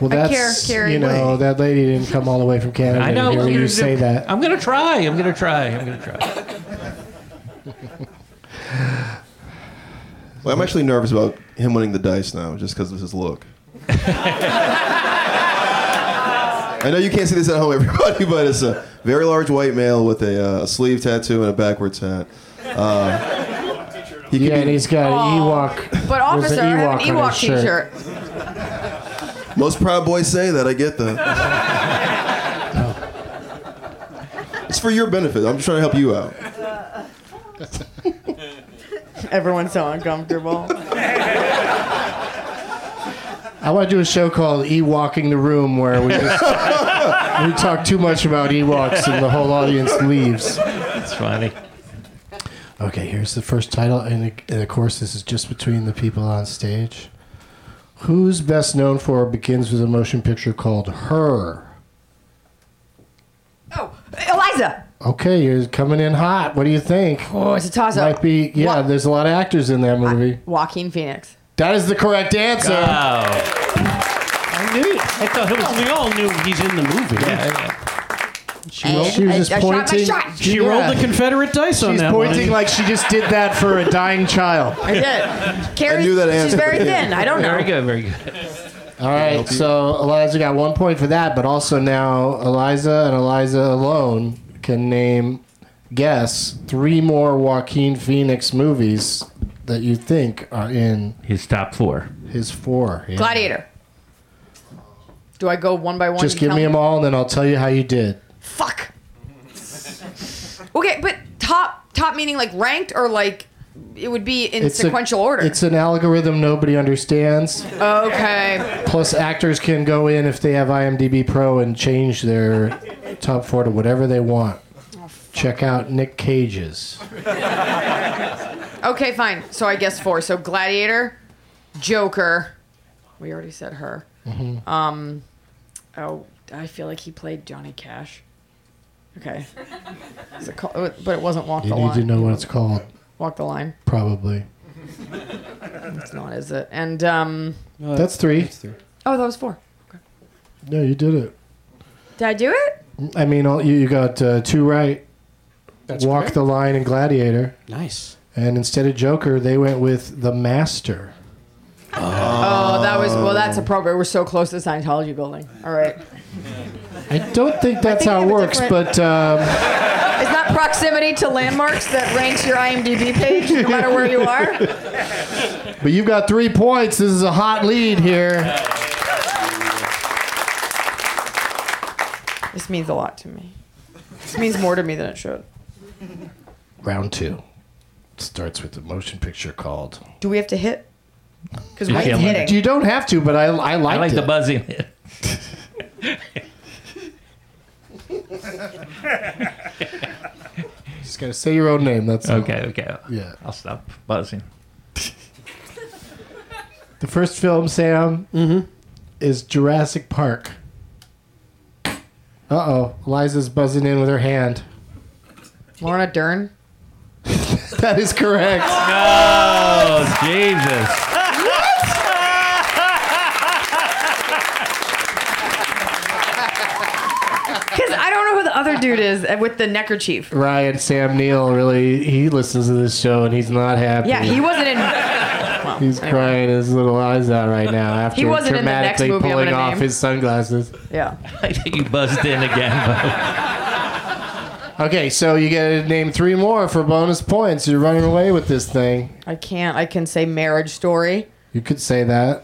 Speaker 2: Well,
Speaker 7: I
Speaker 2: that's
Speaker 7: care, Carrie.
Speaker 2: you know that lady didn't come all the way from Canada
Speaker 3: I know.
Speaker 2: to hear
Speaker 3: I'm
Speaker 2: you
Speaker 3: gonna
Speaker 2: say
Speaker 3: do-
Speaker 2: that.
Speaker 3: I'm gonna try. I'm gonna try. I'm gonna try.
Speaker 6: Well, I'm actually nervous about him winning the dice now, just because of his look. I know you can't see this at home, [LAUGHS] everybody, but it's a very large white male with a, uh, a sleeve tattoo and a backwards hat. Uh, he could
Speaker 2: Yeah, and
Speaker 6: be
Speaker 2: he's got an
Speaker 7: Aw.
Speaker 2: Ewok.
Speaker 7: But
Speaker 2: There's
Speaker 7: officer,
Speaker 2: an
Speaker 7: I have an
Speaker 2: Ewok on
Speaker 7: Ewok
Speaker 2: his shirt.
Speaker 7: T-shirt.
Speaker 6: most proud boys say that. I get that. it's for your benefit. I'm just trying to help you out.
Speaker 2: [LAUGHS]
Speaker 7: Everyone's so uncomfortable.
Speaker 2: I want to do a show called Ewoking the Room where we
Speaker 3: [LAUGHS]
Speaker 2: just we talk too much about Ewoks and the whole audience leaves.
Speaker 3: That's funny.
Speaker 2: Okay, here's the first title, and, and of course, this is just between the people on stage. Who's best known for begins with a motion picture called Her?
Speaker 7: Oh, Eliza.
Speaker 2: Okay, you're coming in hot. What do you think?
Speaker 7: Oh, it's a toss up.
Speaker 2: Might be, yeah,
Speaker 7: What?
Speaker 2: there's a lot of actors in that movie.
Speaker 7: Joaquin Phoenix.
Speaker 2: that is the correct answer.
Speaker 3: Oh. Wow.
Speaker 5: I knew it. I thought it was, we all knew he's in the movie.
Speaker 2: She, she was
Speaker 7: I-
Speaker 2: just
Speaker 7: I shot my
Speaker 2: pointing.
Speaker 7: shot.
Speaker 5: She
Speaker 2: yeah.
Speaker 5: rolled the Confederate dice on
Speaker 2: She's
Speaker 5: that
Speaker 2: pointing
Speaker 5: one.
Speaker 2: like she just did that for a dying child. [LAUGHS]
Speaker 7: I did. Carrie,
Speaker 6: I knew that
Speaker 7: She's
Speaker 6: answer,
Speaker 7: very
Speaker 6: yeah.
Speaker 7: thin. I don't know.
Speaker 3: Very good, very good.
Speaker 2: All right, so Eliza got one point for that, but also now Eliza and Eliza alone can name, guess, three more Joaquin Phoenix movies that you think are in
Speaker 3: His top four.
Speaker 2: his four. Yeah.
Speaker 7: Gladiator. Do I go one by one?
Speaker 2: Just
Speaker 7: and
Speaker 2: give
Speaker 7: count
Speaker 2: me them all, and then I'll tell you how you did.
Speaker 7: Fuck. okay, but top top meaning like ranked or like it would be in
Speaker 2: It's a-
Speaker 7: sequential order.
Speaker 2: It's an algorithm nobody understands.
Speaker 7: okay.
Speaker 2: Plus, actors can go in if they have IMDb Pro and change their top four to whatever they want. Check out Nick Cage's.
Speaker 7: Okay, fine. So I guess four. So Gladiator, Joker. We already said her.
Speaker 2: Mm-hmm.
Speaker 7: Um, oh, I feel like he played Johnny Cash. Okay. Is it called, oh, but it wasn't Walk
Speaker 2: You
Speaker 7: the
Speaker 2: need
Speaker 7: Line.
Speaker 2: to know what it's called,
Speaker 7: Walk the Line.
Speaker 2: probably.
Speaker 7: It's not, is it? And um,
Speaker 2: That's three.
Speaker 7: oh, that was four.
Speaker 2: No, you did it.
Speaker 7: Did I do it?
Speaker 2: I mean, all, you, you got uh, two right. Walk the line and Gladiator,
Speaker 5: Nice.
Speaker 2: and instead of Joker, they went with The Master.
Speaker 7: Oh, that was well. That's appropriate. We're so close to the Scientology building. All right.
Speaker 2: I don't think that's
Speaker 7: think
Speaker 2: how
Speaker 7: they
Speaker 2: it
Speaker 7: have a
Speaker 2: works,
Speaker 7: different-
Speaker 2: but um,
Speaker 7: It's not proximity to landmarks that ranks your IMDb page, no matter where you are.
Speaker 2: [LAUGHS] but you've got three points. This is a hot lead here.
Speaker 7: This means a lot to me. This means more to me than it should.
Speaker 2: Round two starts with a motion picture called.
Speaker 7: Do we have to hit? Because
Speaker 3: Yeah,
Speaker 7: Wayne's
Speaker 3: I'm
Speaker 7: hitting.
Speaker 2: You don't have to, but I I liked
Speaker 3: I like
Speaker 2: it.
Speaker 3: the buzzing. [LAUGHS]
Speaker 2: Just gotta say your own name. That's all.
Speaker 3: okay, okay.
Speaker 2: Yeah.
Speaker 3: I'll stop buzzing.
Speaker 2: The first film, Sam, is Jurassic Park. Uh oh, Eliza's buzzing in with her hand. [LAUGHS]
Speaker 7: Lorna Dern.
Speaker 2: That is correct.
Speaker 3: Oh, Jesus.
Speaker 7: Because I don't know who the other dude is uh, with the neckerchief.
Speaker 2: Ryan Sam Neill really he listens to this show and he's not happy.
Speaker 7: Yeah, he wasn't
Speaker 2: [LAUGHS]
Speaker 7: in.
Speaker 2: he's crying his little eyes out right now after
Speaker 7: He wasn't in the next
Speaker 2: dramatically
Speaker 7: movie I'm
Speaker 2: pulling
Speaker 7: gonna
Speaker 2: off
Speaker 7: name.
Speaker 2: his sunglasses.
Speaker 7: Yeah.
Speaker 3: [LAUGHS] I think you buzzed in again.
Speaker 2: Okay, so you gotta name three more for bonus points. You're running away with this thing.
Speaker 7: I can't. I can say marriage story.
Speaker 2: You could say that.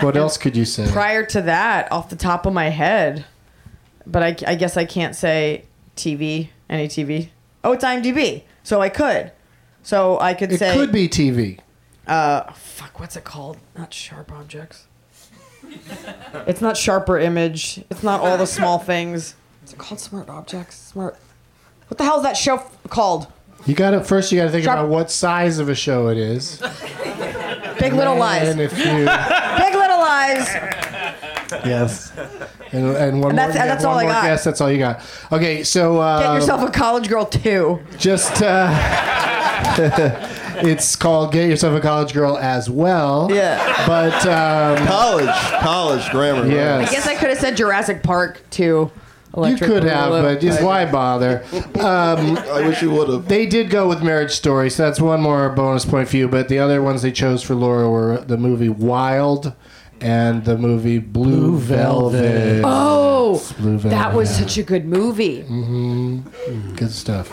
Speaker 2: What else could you say?
Speaker 7: Prior to that, off the top of my head, but I, I guess I can't say TV, any TV. Oh, it's IMDb. So I could. So I could
Speaker 2: it
Speaker 7: say.
Speaker 2: could be TV.
Speaker 7: uh, fuck, what's it called? Not sharp objects. it's not sharper image. It's not all the small things. Is it called smart objects? Smart. What the hell is that show f- called?
Speaker 2: You gotta first you gotta think
Speaker 7: Sharp-
Speaker 2: about what size of a show it is.
Speaker 7: Big Little Lies.
Speaker 2: And if you
Speaker 7: Big Little Lies.
Speaker 2: [LAUGHS] Yes. And, and one
Speaker 7: That's-
Speaker 2: more,
Speaker 7: that's
Speaker 2: one
Speaker 7: all I
Speaker 2: more
Speaker 7: got.
Speaker 2: guess, that's all you got. Okay, so uh
Speaker 7: Get yourself a college girl too.
Speaker 2: just uh, [LAUGHS] it's called get yourself a college girl as well
Speaker 7: Yeah.
Speaker 2: but um,
Speaker 6: College, college grammar.
Speaker 2: yes
Speaker 7: I guess I could have said Jurassic Park too.
Speaker 2: you could have but just why bother
Speaker 6: I wish you would have.
Speaker 2: they did go with marriage story so that's one more bonus point for you but the other ones they chose for laura were the movie wild and the movie blue, velvet,
Speaker 7: Oh,
Speaker 2: blue velvet Mm.
Speaker 7: that was such a good movie.
Speaker 2: good stuff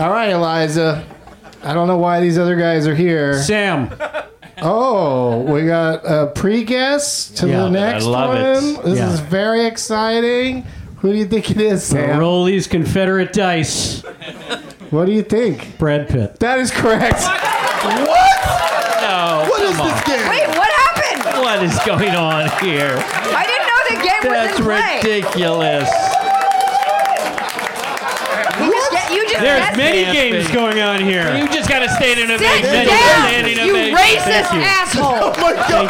Speaker 2: all right eliza i don't know why these other guys are here
Speaker 5: Sam.
Speaker 2: Oh, we got a pre-guess to
Speaker 5: Yeah.
Speaker 2: the next
Speaker 3: I love
Speaker 2: one.
Speaker 3: it.
Speaker 2: This
Speaker 5: Yeah.
Speaker 2: is very exciting. Who do you think it is, Sam?
Speaker 5: Roll these Confederate dice.
Speaker 2: What do you think?
Speaker 5: Brad Pitt.
Speaker 2: That is correct.
Speaker 6: What?
Speaker 3: No.
Speaker 6: What is this game?
Speaker 7: Wait, what happened?
Speaker 3: What is going on here?
Speaker 7: I didn't know the game was
Speaker 3: That's
Speaker 7: in play.
Speaker 3: ridiculous.
Speaker 7: You just get- you just
Speaker 5: There's
Speaker 7: guessed
Speaker 5: many
Speaker 3: Yes,
Speaker 5: games
Speaker 3: baby.
Speaker 5: going on
Speaker 3: You
Speaker 5: here.
Speaker 3: just got to stand in a
Speaker 7: Sit
Speaker 3: big
Speaker 7: down,
Speaker 3: standing
Speaker 7: you
Speaker 3: ovation.
Speaker 7: racist asshole.
Speaker 6: my [LAUGHS] God.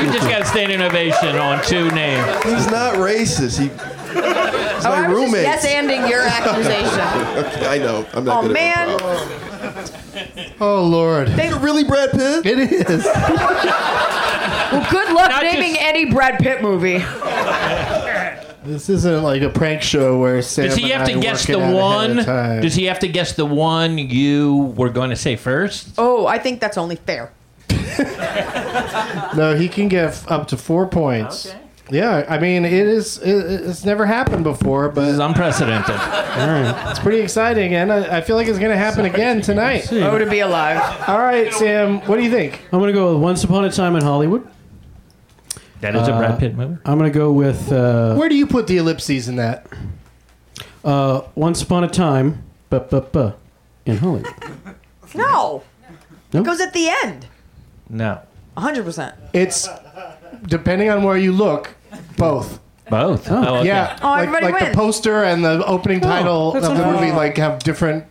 Speaker 3: You just got to stand in ovation on two names.
Speaker 6: He's not racist. He, he's my
Speaker 7: Oh, I was just
Speaker 6: roommate.
Speaker 7: yes anding your accusation.
Speaker 6: [LAUGHS] Okay, I know. I'm not
Speaker 7: Oh,
Speaker 6: good at
Speaker 7: man.
Speaker 6: improv.
Speaker 2: Oh Lord,
Speaker 6: Is it really Brad Pitt?
Speaker 2: it is.
Speaker 7: Well, good luck
Speaker 3: Not
Speaker 7: naming
Speaker 3: just-
Speaker 7: any Brad Pitt movie.
Speaker 2: This isn't like a prank show where Sam.
Speaker 3: Does he
Speaker 2: and
Speaker 3: have
Speaker 2: I
Speaker 3: to guess
Speaker 2: work it
Speaker 3: the
Speaker 2: out ahead
Speaker 3: one?
Speaker 2: of time.
Speaker 3: Does he have to guess the one you were going to say first?
Speaker 7: Oh, I think that's only fair.
Speaker 2: No, he can get f- up to four points.
Speaker 3: Okay.
Speaker 2: Yeah, I mean it is. It, it's never happened before,
Speaker 3: This is
Speaker 2: but
Speaker 3: unprecedented.
Speaker 2: it's pretty exciting, and I, I feel like it's going to happen again tonight.
Speaker 3: [LAUGHS]
Speaker 7: Oh, to be alive.
Speaker 2: All right, Sam, what do you think?
Speaker 5: I'm going to go with Once Upon a Time in Hollywood.
Speaker 3: That is a Brad Pitt movie.
Speaker 5: I'm going to go with uh,
Speaker 2: Where do you put the ellipses in that?
Speaker 5: uh, Once Upon a Time bu- bu- bu- in Hollywood.
Speaker 7: No.
Speaker 5: No?
Speaker 7: It goes at the end.
Speaker 3: No,
Speaker 7: 100%.
Speaker 2: It's depending on where you look, both.
Speaker 3: both. Oh, okay.
Speaker 2: Yeah,
Speaker 7: Oh,
Speaker 2: like,
Speaker 7: everybody
Speaker 2: like the
Speaker 7: wins.
Speaker 2: poster and the opening title of
Speaker 5: that's
Speaker 2: the
Speaker 5: unfair.
Speaker 2: movie like have different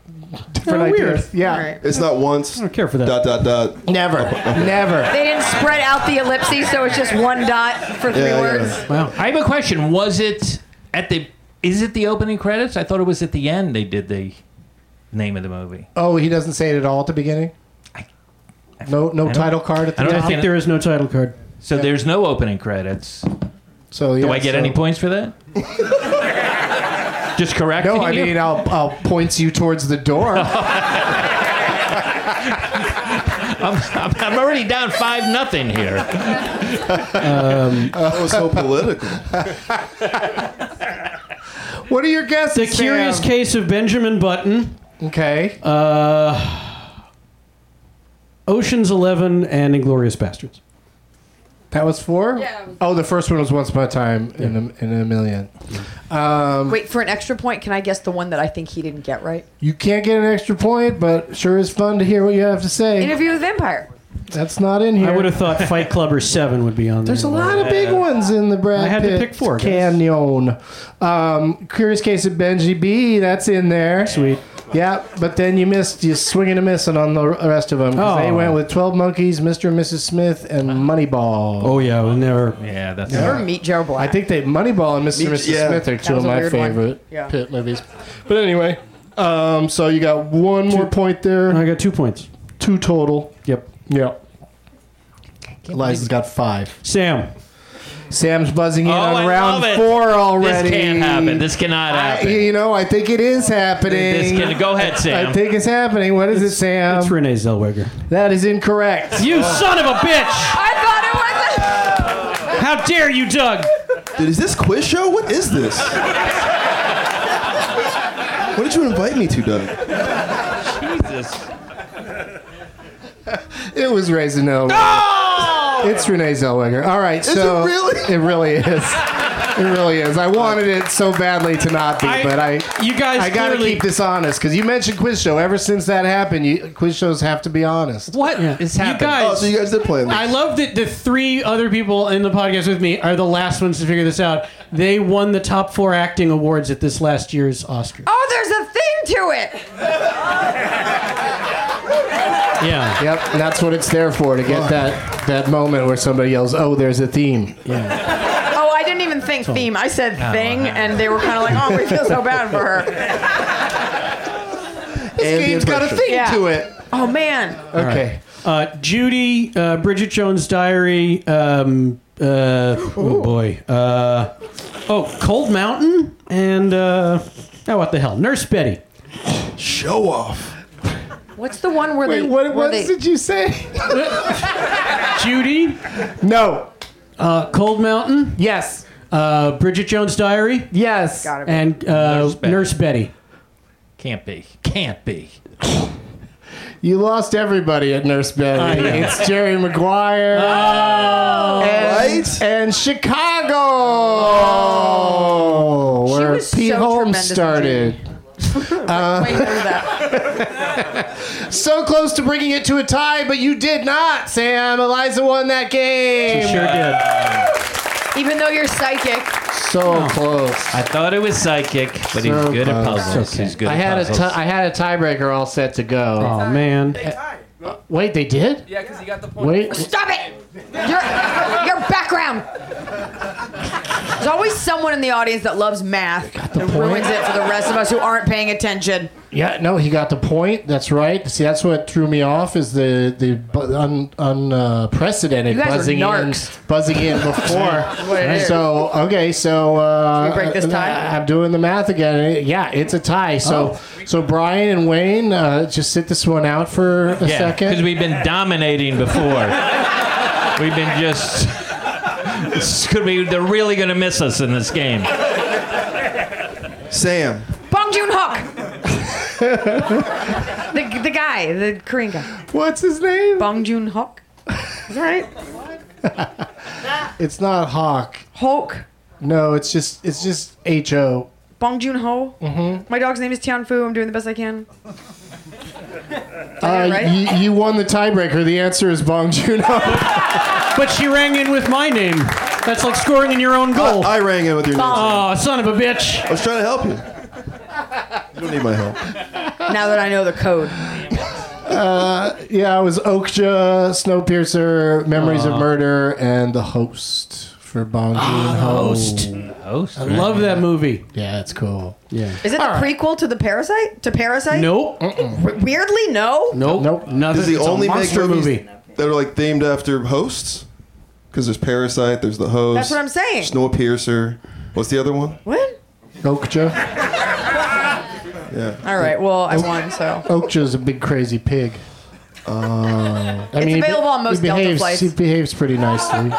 Speaker 2: different
Speaker 5: Oh, weird.
Speaker 2: ideas. Yeah,
Speaker 7: All right.
Speaker 6: It's not once.
Speaker 5: I don't care for that.
Speaker 6: Dot dot dot.
Speaker 2: never, never.
Speaker 7: They didn't spread out the ellipses, so it's just one dot for three
Speaker 6: Yeah, yeah.
Speaker 7: words.
Speaker 5: Wow.
Speaker 3: I have a question. Was it at the? Is it the opening credits? I thought it was at the end. They did the name of the movie.
Speaker 2: Oh, he doesn't say it at all at the beginning. No, no
Speaker 3: don't-
Speaker 2: title card at the
Speaker 3: I don't
Speaker 5: I
Speaker 2: top.
Speaker 5: think there is no title card.
Speaker 3: So there's no opening credits.
Speaker 2: So
Speaker 3: Do I get any points for
Speaker 5: [LAUGHS]
Speaker 3: that? Just correcting
Speaker 2: No, I
Speaker 3: you.
Speaker 2: mean I'll I'll point you towards the door.
Speaker 5: [LAUGHS]
Speaker 3: I'm, [LAUGHS] I'm already down five nothing here.
Speaker 6: That
Speaker 5: [LAUGHS]
Speaker 6: was so political.
Speaker 2: what are your guesses?
Speaker 5: The
Speaker 2: Sam?
Speaker 5: Curious Case of Benjamin Button,
Speaker 2: Okay.
Speaker 5: uh, Ocean's Eleven, and Inglorious Bastards.
Speaker 2: That was four.
Speaker 8: Yeah, that was-
Speaker 2: Oh, the first one was Once Upon a Time in a, in a Million. Um,
Speaker 7: Wait, for an extra point, can I guess the one that I think he didn't get right?
Speaker 2: you can't get an extra point, but sure is fun to hear what you have to say.
Speaker 7: Interview with Vampire.
Speaker 2: That's not in here.
Speaker 5: I would have thought Fight Club or Seven would be on there.
Speaker 2: There's a lot of big ones in the Brad
Speaker 5: I had to
Speaker 2: Pitt
Speaker 5: pick four, guys.
Speaker 2: Canyon. Um, Curious Case of Benji B. That's in there.
Speaker 5: Sweet.
Speaker 2: Yeah, but then you missed. You swinging a miss on the rest of them. 'cause They
Speaker 5: Oh. Uh,
Speaker 2: went with Twelve Monkeys, Mr. and Mrs. Smith, and Moneyball.
Speaker 5: Oh yeah, we'll never.
Speaker 3: Yeah, that's
Speaker 7: Or meet Joe
Speaker 2: I
Speaker 7: Black.
Speaker 2: think they Moneyball and Mr. and Mrs.
Speaker 6: yeah.
Speaker 2: Smith are two
Speaker 7: was
Speaker 2: of
Speaker 7: a
Speaker 2: my
Speaker 7: weird one.
Speaker 2: favorite
Speaker 7: Yeah.
Speaker 2: Pitt movies. But anyway, um, so you got one more point there,
Speaker 5: I got two points.
Speaker 2: two total.
Speaker 5: Yep.
Speaker 2: Yeah. Eliza's got five.
Speaker 5: Sam.
Speaker 2: Sam's buzzing in
Speaker 3: Oh,
Speaker 2: on
Speaker 3: I
Speaker 2: round
Speaker 3: love it.
Speaker 2: four
Speaker 3: This
Speaker 2: already.
Speaker 3: can't happen. This cannot
Speaker 2: I,
Speaker 3: happen.
Speaker 2: you know, I think it is happening.
Speaker 3: this can go ahead, Sam.
Speaker 2: I think it's happening. What is it, Sam?
Speaker 5: That's Renee Zellweger.
Speaker 2: that is [LAUGHS] incorrect.
Speaker 5: You son of a bitch!
Speaker 7: I thought it was.
Speaker 5: How dare you, Doug?
Speaker 6: Dude, is this quiz show? What is this? what did you invite me to, Doug?
Speaker 3: Jesus.
Speaker 2: It was Raisin No. It's Renee Zellweger. All right,
Speaker 6: Is
Speaker 2: so
Speaker 6: it really?
Speaker 2: [LAUGHS] it really is. It really is. I wanted it so badly to not be,
Speaker 5: I-
Speaker 2: but I
Speaker 5: You guys
Speaker 2: I gotta
Speaker 5: clearly.
Speaker 2: keep this honest because you mentioned quiz show. Ever since that happened, you, quiz shows have to be honest.
Speaker 3: What is happening?
Speaker 5: you guys.
Speaker 6: Oh, so you guys did play
Speaker 5: I
Speaker 6: this.
Speaker 5: love that the three other people in the podcast with me are the last ones to figure this out. They won the top four acting awards at this last year's Oscar.
Speaker 7: Oh, there's a thing to it.
Speaker 5: Yeah.
Speaker 2: Yep, that's what it's there for to get that that moment where somebody yells, "Oh, there's a theme."
Speaker 7: Oh, I didn't even think theme. I said thing, and they were kind of like, oh, we feel so bad for her.
Speaker 2: This game's got a theme
Speaker 7: Yeah.
Speaker 2: to it.
Speaker 7: Oh, man.
Speaker 2: Okay.
Speaker 5: Uh, Judy, uh, Bridget Jones' Diary. Um, uh, oh boy. Uh, oh, Cold Mountain and uh, oh, what the hell, Nurse Betty.
Speaker 6: Show off.
Speaker 7: What's the one where
Speaker 2: Wait,
Speaker 7: they.
Speaker 2: what,
Speaker 7: where
Speaker 2: what
Speaker 7: they-
Speaker 2: did you say?
Speaker 5: Judy,
Speaker 2: no.
Speaker 5: uh, Cold Mountain,
Speaker 2: Yes.
Speaker 5: uh, Bridget Jones' Diary,
Speaker 2: Yes.
Speaker 7: Gotta be.
Speaker 5: and uh,
Speaker 3: Nurse Betty.
Speaker 5: Nurse Betty.
Speaker 3: Can't be. Can't be.
Speaker 2: You lost everybody at Nurse Betty. It's Jerry Maguire.
Speaker 7: Oh,
Speaker 2: and,
Speaker 6: Right?
Speaker 2: and Chicago,
Speaker 7: She
Speaker 2: where
Speaker 7: was
Speaker 2: Pete
Speaker 7: Oh. so
Speaker 2: Holmes
Speaker 7: tremendous in
Speaker 2: started.
Speaker 7: Wayne knows that.
Speaker 2: So close to bringing it to a tie, but you did not, Sam. Eliza won that
Speaker 5: He
Speaker 2: game.
Speaker 5: sure did.
Speaker 7: Even though you're psychic, Oh.
Speaker 2: So close.
Speaker 3: I thought it was psychic, but he's
Speaker 2: So
Speaker 3: good at
Speaker 2: close.
Speaker 3: puzzles.
Speaker 5: Okay.
Speaker 3: He's good
Speaker 2: I
Speaker 3: at
Speaker 2: had a
Speaker 3: puzzles.
Speaker 2: ti- I had a tiebreaker all set to go.
Speaker 5: Oh man.
Speaker 8: They tied.
Speaker 7: Oh.
Speaker 2: Wait, they did?
Speaker 8: Yeah, because you got the point.
Speaker 2: Wait,
Speaker 7: stop it. Your your background. There's always someone in the audience that loves math that ruins it for the rest of us who aren't paying attention.
Speaker 2: yeah, no, he got the point. That's right. See, that's what threw me off is the the bu- un, unprecedented
Speaker 7: You guys are
Speaker 2: buzzing in,
Speaker 7: narcs.
Speaker 2: buzzing
Speaker 7: [LAUGHS]
Speaker 2: in before.
Speaker 7: it is.
Speaker 2: so okay, so uh,
Speaker 7: Should we break this tie? Oh.
Speaker 2: I, am doing the math again. Yeah, it's a tie. So so Brian and Wayne, uh, just sit this one out for a
Speaker 3: Yeah,
Speaker 2: second.
Speaker 3: because we've been dominating before. we've been just. [LAUGHS] This could be. They're really going to miss us in this game.
Speaker 6: Sam,
Speaker 7: Bong Joon [LAUGHS] Hook. the, the guy, the Korean guy.
Speaker 2: What's his name?
Speaker 7: Bong Joon Hook. Is that right?
Speaker 2: It's not Hawk.
Speaker 7: Hulk.
Speaker 2: No, it's just it's just H O.
Speaker 7: Bong Joon Ho. Mm-hmm. My dog's name is Tian Fu. I'm doing the best I can.
Speaker 2: Uh,
Speaker 7: right?
Speaker 2: you, you won the tiebreaker. The answer is Bong Joon Ho.
Speaker 5: But she rang in with my name. That's like scoring in your own goal.
Speaker 6: I rang in with your name. I
Speaker 5: Oh, son of a bitch.
Speaker 6: was trying to help you. You don't need my help.
Speaker 7: Now that I know the code.
Speaker 2: yeah, it was Okja, Snowpiercer, Memories of Murder, and the host for Bong
Speaker 5: Ah.
Speaker 2: Joon Ho.
Speaker 5: Host.
Speaker 3: Host.
Speaker 5: I love that movie.
Speaker 2: Yeah, it's cool.
Speaker 5: Yeah.
Speaker 7: Is it the prequel to the Parasite? To Parasite?
Speaker 5: Nope.
Speaker 7: W- weirdly, no.
Speaker 5: Nope.
Speaker 2: Nope.
Speaker 5: Nothing.
Speaker 6: Does he
Speaker 5: it's
Speaker 6: only
Speaker 5: a
Speaker 6: make
Speaker 5: monster
Speaker 6: movies
Speaker 5: movie.
Speaker 6: that are like themed after hosts? Because there's Parasite, there's the host.
Speaker 7: That's what I'm saying.
Speaker 6: Snowpiercer. What's the other one?
Speaker 7: What?
Speaker 2: Okja.
Speaker 6: Yeah.
Speaker 7: All right. Well, I won, so
Speaker 2: Okja's a big crazy pig. Oh. I
Speaker 7: It's
Speaker 2: he be-
Speaker 7: available on most
Speaker 2: he
Speaker 7: Delta
Speaker 2: behaves,
Speaker 7: flights.
Speaker 2: He behaves pretty
Speaker 7: [LAUGHS]
Speaker 2: nicely.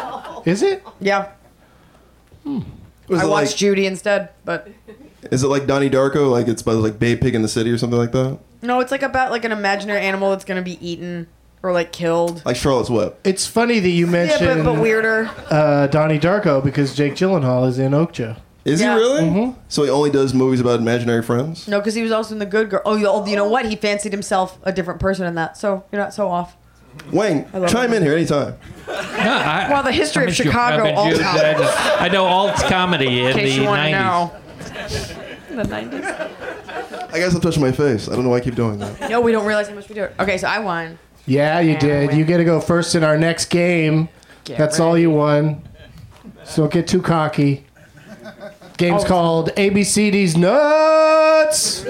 Speaker 2: Is it?
Speaker 7: yeah.
Speaker 6: Was
Speaker 7: I
Speaker 6: it
Speaker 7: watched
Speaker 6: like,
Speaker 7: Judy instead, but
Speaker 6: Is it like Donnie Darko? Like it's by like Bay Pig in the City or something like that?
Speaker 7: no, it's like about like an imaginary animal that's gonna be eaten or like killed.
Speaker 6: Like Charlotte's Web.
Speaker 2: It's funny that you
Speaker 7: Yeah,
Speaker 2: mentioned
Speaker 7: but, but weirder.
Speaker 2: uh, Donnie Darko because Jake Gyllenhaal is in Okja.
Speaker 6: Is
Speaker 7: Yeah.
Speaker 6: he really?
Speaker 2: Mm-hmm.
Speaker 6: So he only does movies about imaginary friends?
Speaker 7: No, because he was also in the Good Girl. Oh, you, oh, you know what? He fancied himself a different person in that, so you're not so off.
Speaker 6: Wayne,
Speaker 7: love
Speaker 6: chime
Speaker 7: it.
Speaker 6: in here anytime.
Speaker 3: No, I-
Speaker 7: Well, the history
Speaker 3: I'm
Speaker 7: of
Speaker 3: just-
Speaker 7: Chicago
Speaker 3: I've been
Speaker 7: alt
Speaker 3: Jew-
Speaker 7: out.
Speaker 3: I, just- I know alt comedy in,
Speaker 7: In case
Speaker 3: the
Speaker 7: you want to
Speaker 3: 90s.
Speaker 7: know. the 90s.
Speaker 6: I guess I'm touching my face. I don't know why I keep doing that.
Speaker 7: No, we don't realize how much we do it. Okay, so I won.
Speaker 2: Yeah, you
Speaker 7: Yeah,
Speaker 2: did.
Speaker 7: win.
Speaker 2: You get to go first in our next game.
Speaker 7: Get
Speaker 2: That's all you won. So don't get too cocky. Game's called ABCD's Nuts.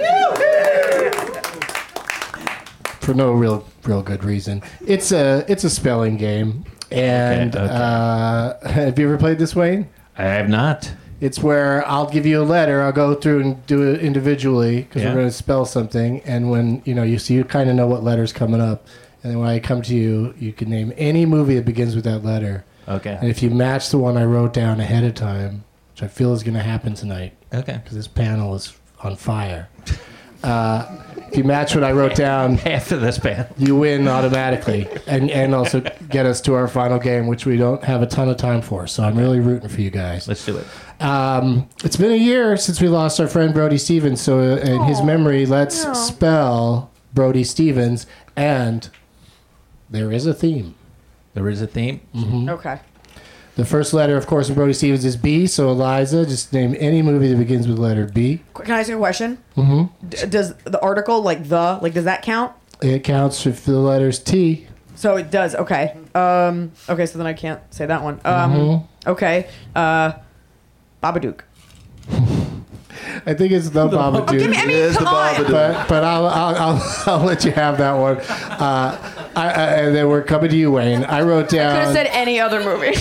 Speaker 2: For no real, real good reason. It's a it's a spelling game, and
Speaker 3: Okay, okay.
Speaker 2: Uh, [LAUGHS] have you ever played this, Wayne?
Speaker 3: I have not.
Speaker 2: It's where I'll give you a letter. I'll go through and do it individually because
Speaker 3: Yeah.
Speaker 2: we're going to spell something. And when you know you see, you kind of know what letter's coming up. And then when I come to you, you can name any movie that begins with that letter. And
Speaker 3: Okay.
Speaker 2: if you match the one I wrote down ahead of time, which I feel is going to happen tonight
Speaker 3: Okay.
Speaker 2: because this panel is on fire. [LAUGHS] Uh, if you match what I wrote down,
Speaker 3: After this band.
Speaker 2: you win automatically, and and also get us to our final game, which we don't have a ton of time for. So I'm really rooting for you guys.
Speaker 3: Let's do it.
Speaker 2: Um, it's been a year since we lost our friend Brody Stevens, so uh, in his
Speaker 7: Oh,
Speaker 2: memory, let's spell Brody Stevens, and there is a theme.
Speaker 3: There is a theme.
Speaker 5: Mm-hmm.
Speaker 7: Okay.
Speaker 2: The first letter, of course, in Brody Stevens is B, so Eliza, just name any movie that begins with the letter B.
Speaker 7: Qu- Can I ask you a question? Mm-hmm. D- does the article like the like does that count?
Speaker 2: It counts if the letter's T.
Speaker 7: So it does. Okay. Um. Okay. So then I can't say that one. Um. Okay. Uh. Babadook.
Speaker 2: I think it's the, Babadook.
Speaker 7: Give me. I
Speaker 6: It
Speaker 7: mean,
Speaker 6: is
Speaker 7: come
Speaker 6: the
Speaker 7: on.
Speaker 6: Babadook.
Speaker 2: but but I'll, I'll, I'll, [LAUGHS] I'll let you have that one. Uh, I, I, and then we're coming to you, Wayne. I wrote
Speaker 7: Could have
Speaker 2: down.
Speaker 7: said any other [LAUGHS] movie.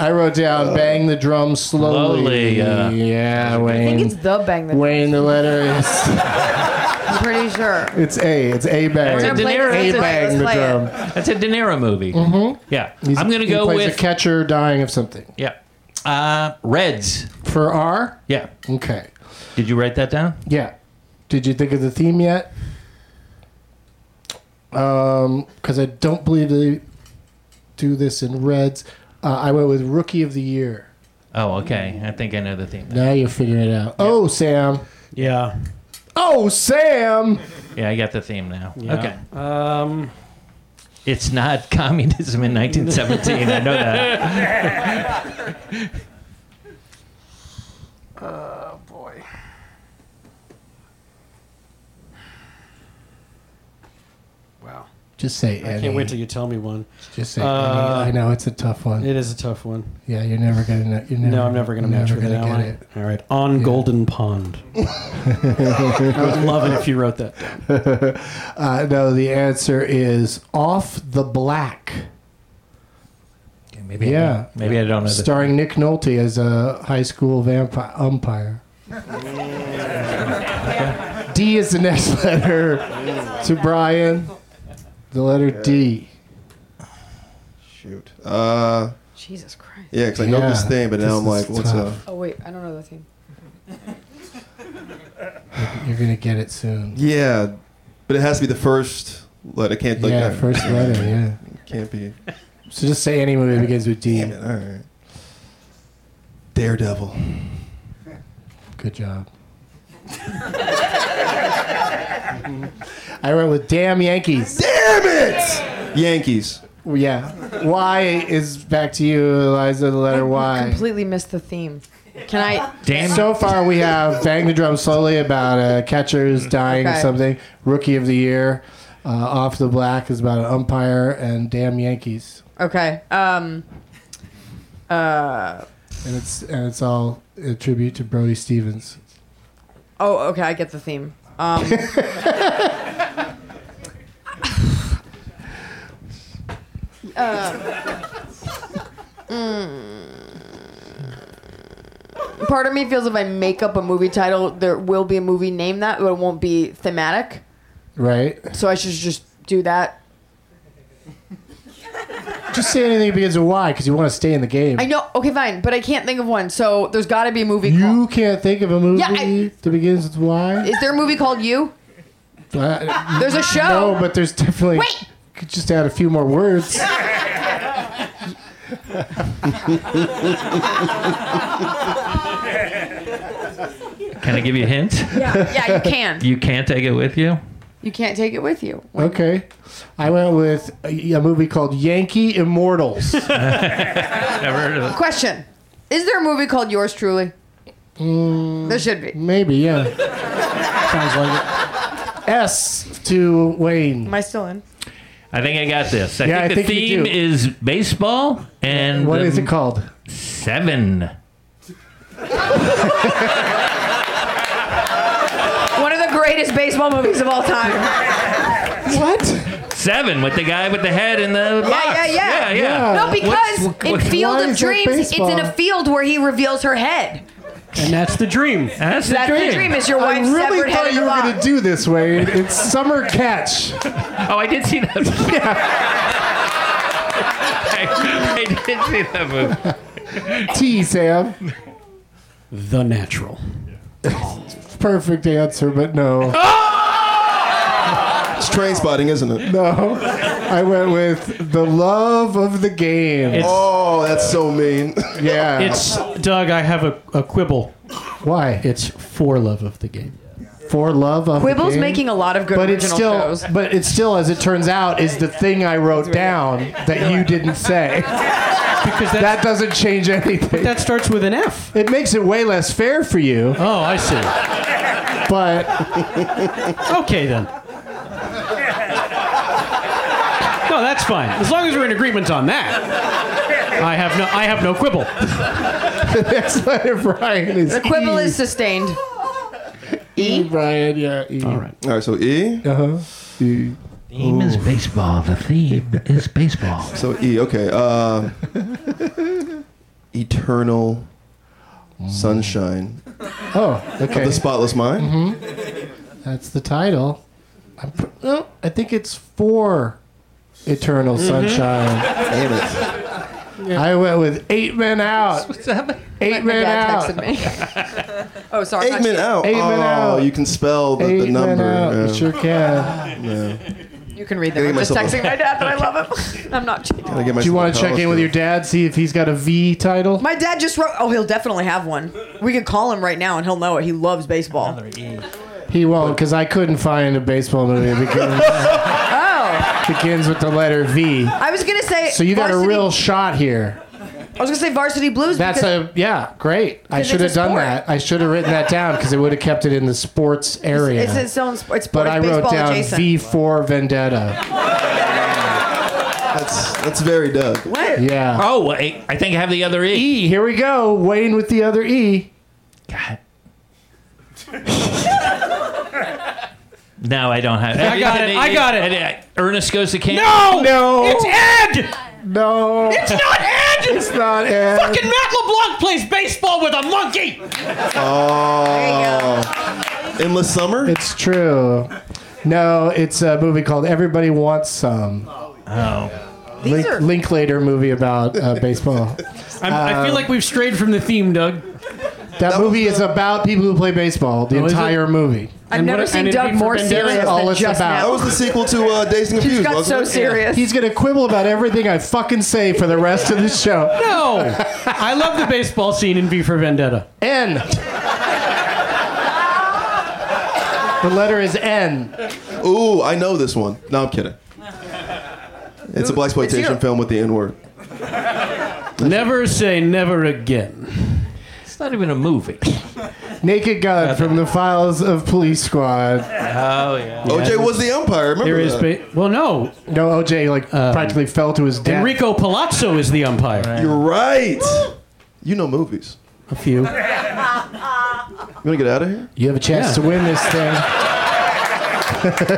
Speaker 2: I wrote down bang the drum slowly.
Speaker 3: Slowly, yeah.
Speaker 2: yeah, Wayne.
Speaker 7: I think it's the bang. That
Speaker 2: Wayne, the letter is
Speaker 7: I'm pretty sure.
Speaker 2: it's A. It's A bang.
Speaker 3: It's a
Speaker 7: We're gonna
Speaker 3: De
Speaker 7: play
Speaker 3: Niro.
Speaker 7: this
Speaker 2: A
Speaker 7: tonight. Let's
Speaker 2: bang the
Speaker 7: play it.
Speaker 2: drum.
Speaker 3: That's a De Niro movie.
Speaker 7: Mm-hmm.
Speaker 3: Yeah.
Speaker 2: He's-
Speaker 3: I'm going to
Speaker 2: he
Speaker 3: go
Speaker 2: plays
Speaker 3: with.
Speaker 2: a catcher dying of something.
Speaker 3: yeah. Uh, Reds.
Speaker 2: For R?
Speaker 3: Yeah.
Speaker 2: Okay.
Speaker 3: Did you write that down?
Speaker 2: Yeah. Did you think of the theme yet? Um, because I don't believe they do this in Reds. Uh, I went with Rookie of the Year.
Speaker 3: Oh, okay. I think I know the theme.
Speaker 2: Now you figure it out. Oh, Sam.
Speaker 5: Yeah.
Speaker 2: Oh, Sam.
Speaker 3: Yeah, I got the theme now. Okay.
Speaker 5: Um,
Speaker 3: It's not [LAUGHS] communism in 1917. I know that.
Speaker 5: wow.
Speaker 2: Just say
Speaker 5: I
Speaker 2: any.
Speaker 5: can't wait till you tell me one.
Speaker 2: Just say
Speaker 5: Uh,
Speaker 2: any. I know it's a tough one.
Speaker 5: It is a tough one.
Speaker 2: yeah, you're never gonna. know- You're never,
Speaker 5: No, I'm never going to match with
Speaker 2: gonna
Speaker 5: that one.
Speaker 2: get
Speaker 5: All right. On Golden [LAUGHS] Pond. I would love it if you wrote that. down.
Speaker 2: [LAUGHS] Uh, no, the answer is off the black.
Speaker 3: Okay, maybe I-
Speaker 2: Yeah.
Speaker 3: maybe I don't know. The,
Speaker 2: Starring Nick Nolte as a high school vampire umpire. [LAUGHS] D is the next [LAUGHS] letter to Brian. The letter D.
Speaker 6: Shoot. Uh,
Speaker 7: Jesus Christ.
Speaker 6: yeah, because I know
Speaker 2: Yeah,
Speaker 6: this thing, but
Speaker 2: this
Speaker 6: now I'm like,
Speaker 2: is
Speaker 6: what's up?
Speaker 2: tough.
Speaker 7: Oh wait, I don't know the theme.
Speaker 2: You're gonna get it soon.
Speaker 6: Yeah, but it has to be the first letter. It can't like
Speaker 2: yeah,
Speaker 6: I
Speaker 2: first letter. Yeah.
Speaker 6: can't be.
Speaker 2: So just say any movie that begins with D.
Speaker 6: Damn it! All right. Daredevil.
Speaker 2: Good job. I went with damn Yankees.
Speaker 6: Damn it! Yankees.
Speaker 2: Yeah. Y is back to you, Eliza. The letter Y.
Speaker 7: Completely missed the theme. Can I?
Speaker 3: damn.
Speaker 2: So far, we have Bang the Drum Slowly about a catcher who's dying or
Speaker 7: Okay.
Speaker 2: something, Rookie of the Year, uh, Off the Black is about an umpire, and Damn Yankees.
Speaker 7: Okay. Um. Uh.
Speaker 2: And it's, and it's all a tribute to Brody Stevens.
Speaker 7: Oh, okay. I get the theme. Um. [LAUGHS] Uh, mm. part of me feels if I make up a movie title, there will be a movie named that, but it won't be thematic.
Speaker 2: Right?
Speaker 7: So I should just do that.
Speaker 2: Just say anything that begins with Y because you want to stay in the game.
Speaker 7: I know. Okay, fine, but I can't think of one. So there's got to be a movie.
Speaker 2: You
Speaker 7: called-
Speaker 2: can't think of a movie
Speaker 7: Yeah, I-
Speaker 2: that begins with Y?
Speaker 7: is there a movie called You?
Speaker 2: Uh,
Speaker 7: There's a show.
Speaker 2: no, but there's definitely.
Speaker 7: Wait.
Speaker 2: Could just add a few more words.
Speaker 3: Can I give you a hint?
Speaker 7: yeah, yeah,
Speaker 2: [LAUGHS]
Speaker 7: you can.
Speaker 3: You can't take it with you.
Speaker 7: You can't take it with you.
Speaker 2: Okay. I went with a, a movie called Yankee Immortals.
Speaker 3: Never heard of it.
Speaker 7: Question: Is there a movie called Yours Truly?
Speaker 2: Mm.
Speaker 7: there should be.
Speaker 2: Maybe, yeah.
Speaker 5: Sounds like
Speaker 2: S to Wayne.
Speaker 7: Am I still in?
Speaker 3: I think I got this. I
Speaker 2: Yeah,
Speaker 3: think
Speaker 2: I
Speaker 3: the
Speaker 2: think you
Speaker 3: theme
Speaker 2: do.
Speaker 3: is baseball and
Speaker 2: What
Speaker 3: the
Speaker 2: is it called?
Speaker 3: Seven.
Speaker 7: One of the greatest baseball movies of all time.
Speaker 2: [LAUGHS] What?
Speaker 3: Seven with the guy with the head in the box.
Speaker 7: yeah, yeah.
Speaker 3: yeah, yeah.
Speaker 7: No, because
Speaker 3: What's-
Speaker 7: in
Speaker 3: what-
Speaker 2: Uh,
Speaker 7: Field
Speaker 2: why
Speaker 7: of
Speaker 2: is that
Speaker 7: Dreams, it's in
Speaker 2: baseball?
Speaker 7: a field where he reveals her head.
Speaker 5: it. And that's the dream.
Speaker 3: that's the
Speaker 7: That's
Speaker 3: dream.
Speaker 7: the dream. Is your
Speaker 2: I
Speaker 7: wife's severed
Speaker 2: really
Speaker 7: head
Speaker 2: thought
Speaker 7: in
Speaker 2: you
Speaker 7: the
Speaker 2: were
Speaker 7: box?
Speaker 2: going to do this, Wayne. It's Summer Catch.
Speaker 3: Oh, I did see that. [LAUGHS] I, I did see that movie.
Speaker 2: T, Sam.
Speaker 5: The natural.
Speaker 2: Perfect answer, but no.
Speaker 6: It's train spotting, isn't it?
Speaker 2: No. Um, I went with The Love of the Game.
Speaker 5: It's,
Speaker 6: Oh, that's so mean.
Speaker 2: [LAUGHS] yeah.
Speaker 5: it's Doug. I have a, a quibble.
Speaker 2: Why?
Speaker 5: It's for love of the game.
Speaker 2: For Love of
Speaker 7: Quibble's
Speaker 2: the Game.
Speaker 7: making a lot of good
Speaker 2: but it's
Speaker 7: original
Speaker 2: still,
Speaker 7: shows.
Speaker 2: but it's still, as it turns out, is the thing I wrote down that you didn't say.
Speaker 5: Because that,
Speaker 2: That doesn't change anything.
Speaker 5: that starts with an F.
Speaker 2: It makes it way less fair for you,
Speaker 5: Oh, I see.
Speaker 2: but [LAUGHS]
Speaker 5: Okay then. No, that's fine. As long as we're in agreement on that, I have no I have no quibble.
Speaker 2: the next letter, Brian, is [LAUGHS]
Speaker 7: The quibble
Speaker 2: E.
Speaker 7: is sustained.
Speaker 2: E, Brian. Yeah, E.
Speaker 5: All right.
Speaker 6: All right, so E.
Speaker 2: Uh-huh. E.
Speaker 3: Theme is baseball. The theme is baseball.
Speaker 6: [LAUGHS] So E. Okay.
Speaker 2: [LAUGHS]
Speaker 6: Uh, eternal sunshine.
Speaker 2: Oh, okay.
Speaker 6: The spotless mind.
Speaker 2: Mm-hmm. That's the title. I'm, pr- oh, I think it's for Eternal
Speaker 7: Mm-hmm.
Speaker 2: Sunshine.
Speaker 6: Damn it.
Speaker 2: I went with Eight Men Out.
Speaker 3: What's that?
Speaker 2: Eight Men Out.
Speaker 7: texted
Speaker 2: [LAUGHS]
Speaker 7: me. [LAUGHS] oh, sorry.
Speaker 6: Eight
Speaker 7: not
Speaker 6: men
Speaker 7: you.
Speaker 6: out.
Speaker 2: Eight
Speaker 6: oh,
Speaker 2: men out.
Speaker 6: You can spell the, the
Speaker 2: Eight Men
Speaker 6: number.
Speaker 2: Out.
Speaker 7: [LAUGHS]
Speaker 6: yeah.
Speaker 2: You sure can.
Speaker 6: Yeah.
Speaker 7: You
Speaker 4: can read them.
Speaker 6: Getting
Speaker 4: I'm just
Speaker 6: myself a-
Speaker 4: texting my dad that I love
Speaker 2: [LAUGHS]
Speaker 7: [LAUGHS]
Speaker 4: him. I'm not cheating.
Speaker 6: Gotta get
Speaker 2: Do you
Speaker 6: myself
Speaker 2: want
Speaker 6: a
Speaker 2: to check in with
Speaker 6: college
Speaker 2: your dad, see if he's got a V title?
Speaker 7: My dad just wrote. Oh, he'll definitely have one. We could call him right now, and he'll know it. He loves baseball.
Speaker 2: He won't, because I couldn't find a baseball movie that
Speaker 7: [LAUGHS]
Speaker 2: begins,
Speaker 7: Oh,
Speaker 2: begins with the letter V.
Speaker 7: I was gonna say.
Speaker 2: So you got a
Speaker 7: varsity-
Speaker 2: real shot here.
Speaker 7: I was gonna say varsity blues.
Speaker 2: That's
Speaker 7: because
Speaker 2: a yeah, great. I
Speaker 7: Because
Speaker 2: should
Speaker 7: it's
Speaker 2: have
Speaker 7: a
Speaker 2: done
Speaker 7: sport.
Speaker 2: that. I should have written that down because it would have kept it in the sports area.
Speaker 7: It's its own. sp- It's
Speaker 2: but
Speaker 7: it's
Speaker 2: I wrote
Speaker 7: baseball
Speaker 2: down
Speaker 7: adjacent.
Speaker 2: V for Vendetta.
Speaker 6: That's that's very Doug.
Speaker 7: What?
Speaker 2: Yeah.
Speaker 3: Oh, wait, I think I have the other E.
Speaker 2: E. Here we go. Wayne with the other E.
Speaker 3: God. no, I don't have.
Speaker 5: I got it, I got it.
Speaker 3: did- I- Ernest goes to camp.
Speaker 5: No!
Speaker 2: No.
Speaker 5: It's Ed!
Speaker 2: No.
Speaker 5: It's not Ed!
Speaker 2: It's not Ed.
Speaker 5: Fucking Matt LeBlanc plays baseball with a monkey!
Speaker 6: Oh. Endless summer.
Speaker 2: It's true. No, it's a movie called Everybody Wants Some.
Speaker 3: Oh.
Speaker 2: Link,
Speaker 7: are-
Speaker 2: Linklater movie about uh,
Speaker 5: [LAUGHS]
Speaker 2: baseball.
Speaker 5: I'm, I feel like we've strayed from the theme, Doug.
Speaker 2: That, movie is about people who play baseball. The
Speaker 5: Oh, is it?
Speaker 2: entire movie.
Speaker 7: I've
Speaker 5: And
Speaker 7: never
Speaker 5: what- and
Speaker 7: seen
Speaker 5: it'd
Speaker 7: Doug
Speaker 5: be for
Speaker 7: more
Speaker 5: Vendetta.
Speaker 7: serious
Speaker 2: All
Speaker 7: than
Speaker 2: it's
Speaker 7: just
Speaker 2: about.
Speaker 6: That
Speaker 7: now.
Speaker 6: was the sequel to uh, Dazed and
Speaker 7: He's
Speaker 6: Confused.
Speaker 7: got so
Speaker 6: wasn't it?
Speaker 7: serious.
Speaker 2: He's gonna quibble about everything I fucking say for the rest of the show.
Speaker 5: No! I love the baseball scene in V for Vendetta.
Speaker 2: N.
Speaker 7: [LAUGHS]
Speaker 2: The letter is N.
Speaker 6: Ooh, I know this one. No, I'm kidding. It's a black
Speaker 7: It's
Speaker 6: exploitation
Speaker 7: you.
Speaker 6: film with the N word.
Speaker 5: Never say never again.
Speaker 3: It's not even a movie.
Speaker 2: Naked Gun from the files of Police Squad.
Speaker 3: Oh, yeah.
Speaker 6: OJ was the umpire. Remember
Speaker 5: There is.
Speaker 6: that?
Speaker 5: Ba- well, no.
Speaker 2: No, OJ like practically fell to his death.
Speaker 5: Um, Enrico Palazzo is the umpire.
Speaker 6: You're right. You know movies.
Speaker 5: A few.
Speaker 6: You want to get out of here?
Speaker 2: You have a chance
Speaker 5: Yeah.
Speaker 2: to win this thing. [LAUGHS]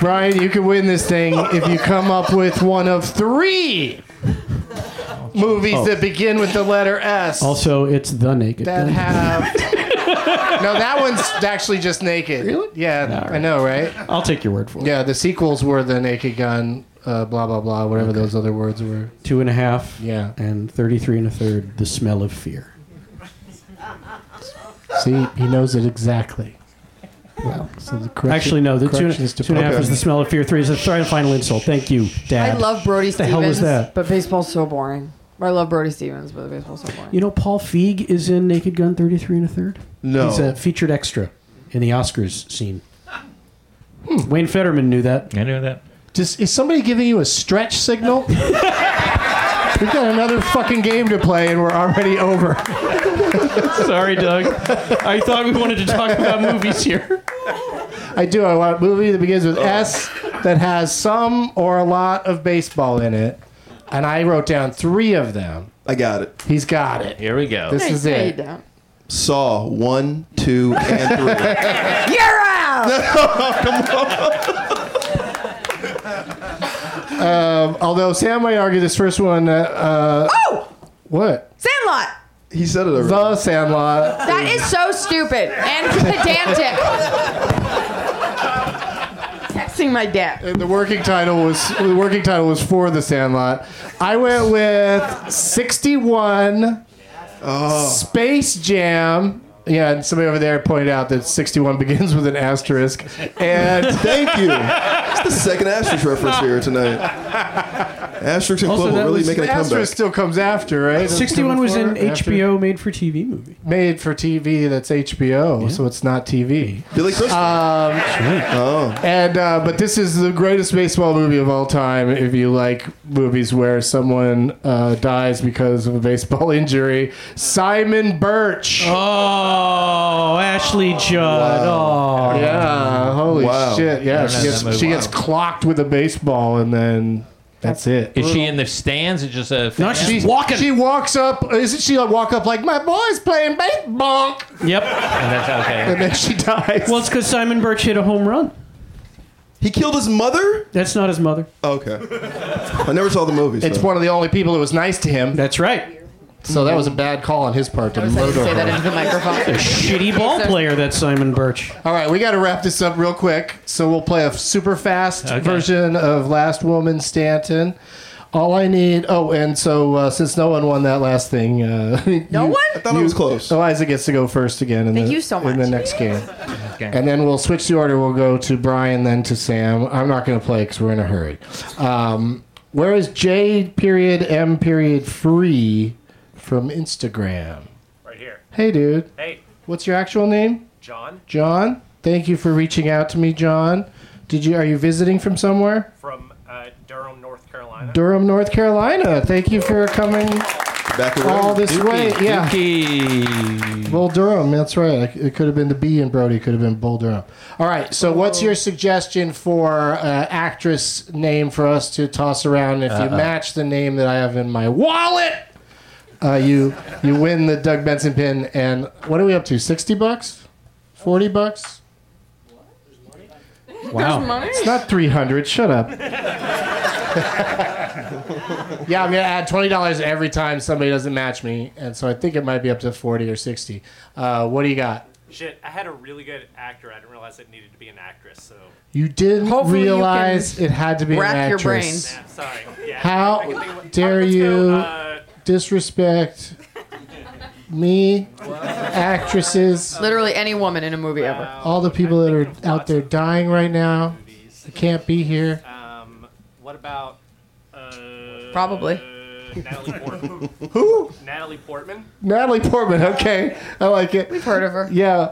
Speaker 2: Brian, you can win this thing if you come up with one of three movies
Speaker 5: Oh.
Speaker 2: that begin with the letter S
Speaker 5: Also, it's the naked.
Speaker 2: that
Speaker 5: Gun.
Speaker 2: have.
Speaker 5: [LAUGHS]
Speaker 2: no, that one's actually just naked.
Speaker 5: Really?
Speaker 2: Yeah,
Speaker 5: All right.
Speaker 2: I know, right?
Speaker 5: I'll take your word for it.
Speaker 2: Yeah, the sequels were the Naked Gun, uh, blah blah blah, whatever those other words were.
Speaker 5: Two and a half.
Speaker 2: Yeah.
Speaker 5: And 33 and a third, The Smell of Fear.
Speaker 2: See, he knows it exactly. Well, so the correction,
Speaker 5: Actually, no. The two,
Speaker 2: correction is to
Speaker 5: two and a half
Speaker 6: Okay.
Speaker 5: is The Smell of Fear. Three is The Third and Final Insult. Thank you,
Speaker 7: I
Speaker 5: Dad.
Speaker 7: love Brody
Speaker 5: the
Speaker 7: Stevens.
Speaker 5: hell was that?
Speaker 7: But baseball's so boring. I love Brody Stevens, but baseball's so boring.
Speaker 5: You know, Paul Feig is in Naked Gun 33 and a third?
Speaker 6: No.
Speaker 5: He's a featured extra in the Oscars scene. Wayne Fetterman knew that.
Speaker 3: I know that.
Speaker 2: Does, is somebody giving you a stretch signal? We've got another fucking game to play, and we're already over.
Speaker 5: Sorry, Doug. I thought we wanted to talk about movies here.
Speaker 2: I do. I want a movie that begins with S that has some or a lot of baseball in it, and I wrote down three of them.
Speaker 6: I got it.
Speaker 2: He's got it.
Speaker 3: Here we go.
Speaker 2: This is
Speaker 7: No, you
Speaker 2: it.
Speaker 7: don't.
Speaker 6: Saw one, two, and three.
Speaker 7: You're out.
Speaker 2: Although Sam might argue this first one. Uh, uh,
Speaker 7: oh,
Speaker 2: what?
Speaker 7: Sandlot.
Speaker 6: he said it already.
Speaker 2: The Sandlot.
Speaker 7: That is so stupid and pedantic. Texting my dad.
Speaker 2: The working title was the working title was for The Sandlot. I went with 61 Space Jam. Yeah, and somebody over there pointed out that 61 begins with an asterisk. And
Speaker 6: Thank you. It's the second asterisk reference here tonight. Asterisk and
Speaker 5: Also,
Speaker 6: Club
Speaker 5: that
Speaker 6: are really
Speaker 5: was-
Speaker 6: making a
Speaker 2: the
Speaker 6: comeback.
Speaker 2: asterisk still comes after, right?
Speaker 5: 61 was an
Speaker 2: After-
Speaker 5: HBO made for TV movie.
Speaker 2: made for TV. That's HBO, so it's not TV.
Speaker 6: Billy Crystal.
Speaker 2: And uh, but this is the greatest baseball movie of all time. If you like movies where someone uh, dies because of a baseball [LAUGHS] injury, Simon Birch.
Speaker 5: Oh, Ashley Judd. Oh.
Speaker 2: Yeah, holy
Speaker 6: Wow.
Speaker 2: shit! Yeah,
Speaker 3: I don't
Speaker 2: she
Speaker 3: know
Speaker 2: gets
Speaker 3: that movie.
Speaker 2: she gets clocked with a baseball, and then that's it.
Speaker 3: Is she in the stands or just a fan?
Speaker 5: Not she's walking.
Speaker 2: She walks up. Isn't she like walk up like my boy's playing baseball,
Speaker 5: Yep.
Speaker 3: And Oh, that's okay.
Speaker 2: and then she [LAUGHS] dies.
Speaker 5: Well, it's because Simon Birch hit a home run.
Speaker 6: he killed his mother? Oh,
Speaker 5: That's not his mother.
Speaker 6: Okay. I never saw the movie. So.
Speaker 2: it's one of the only people that was nice to him,
Speaker 5: That's right.
Speaker 2: so that was a bad call on his part to
Speaker 7: I
Speaker 2: murder
Speaker 7: say that
Speaker 2: her.
Speaker 7: into the microphone.
Speaker 5: Shitty
Speaker 7: [LAUGHS]
Speaker 5: ball player, that Simon Birch.
Speaker 2: All right, we got to wrap this up real quick. So we'll play a super fast
Speaker 3: Okay.
Speaker 2: version of Last Woman Stanton. All I need. Oh, and so uh, since no one won that last thing, uh, [LAUGHS]
Speaker 7: No
Speaker 2: you- Oh,
Speaker 7: one?
Speaker 6: I thought it was close.
Speaker 2: Eliza gets to go first again in,
Speaker 7: Thank
Speaker 2: the,
Speaker 7: you so
Speaker 2: in the next
Speaker 7: much.
Speaker 2: game. And then we'll switch the order. We'll go to Brian, then to Sam. I'm not going to play because we're in a hurry. Um, where is J period M period free from Instagram?
Speaker 1: Right here.
Speaker 2: Hey, dude.
Speaker 1: Hey,
Speaker 2: What's your actual name?
Speaker 1: John
Speaker 2: John. Thank you for reaching out to me, John. Did you are you visiting from somewhere?
Speaker 1: from uh, Durham, North Carolina.
Speaker 2: Durham, North Carolina. Thank you for coming
Speaker 6: Back away.
Speaker 2: all this way. Yeah. Bull Durham. That's right. It could have been the B and Brody. Could have been Bull Durham. All right. So, what's your suggestion for uh, actress name for us to toss around? If you match the name that I have in my wallet, uh, you you win the Doug Benson pin. And what are we up to? Sixty bucks? Forty bucks?
Speaker 5: Wow.
Speaker 2: It's not three hundred. Shut up. yeah, I'm gonna add twenty dollars every time somebody doesn't match me, and so I think it might be up to forty or sixty. Uh, what do you got?
Speaker 1: Shit, I had a really good actor. I didn't realize it needed to be an actress. So
Speaker 2: You didn't
Speaker 7: Hopefully you
Speaker 2: realize it had to be an
Speaker 7: rack your
Speaker 2: actress.
Speaker 7: brains.
Speaker 1: yeah, sorry. Yeah. I can think
Speaker 2: How
Speaker 1: of it.
Speaker 2: dare
Speaker 1: Let's
Speaker 2: you
Speaker 1: Go, uh,
Speaker 2: disrespect me, actresses,
Speaker 7: Literally any woman in a movie ever.
Speaker 2: all the people that are out there dying right now?
Speaker 1: movies.
Speaker 2: that Can't be here.
Speaker 1: Um, what about? Uh,
Speaker 7: Probably.
Speaker 1: Natalie Portman.
Speaker 2: [LAUGHS] Who?
Speaker 1: Natalie Portman.
Speaker 2: Natalie Portman. Okay, I like it.
Speaker 7: We've heard of her.
Speaker 2: Yeah.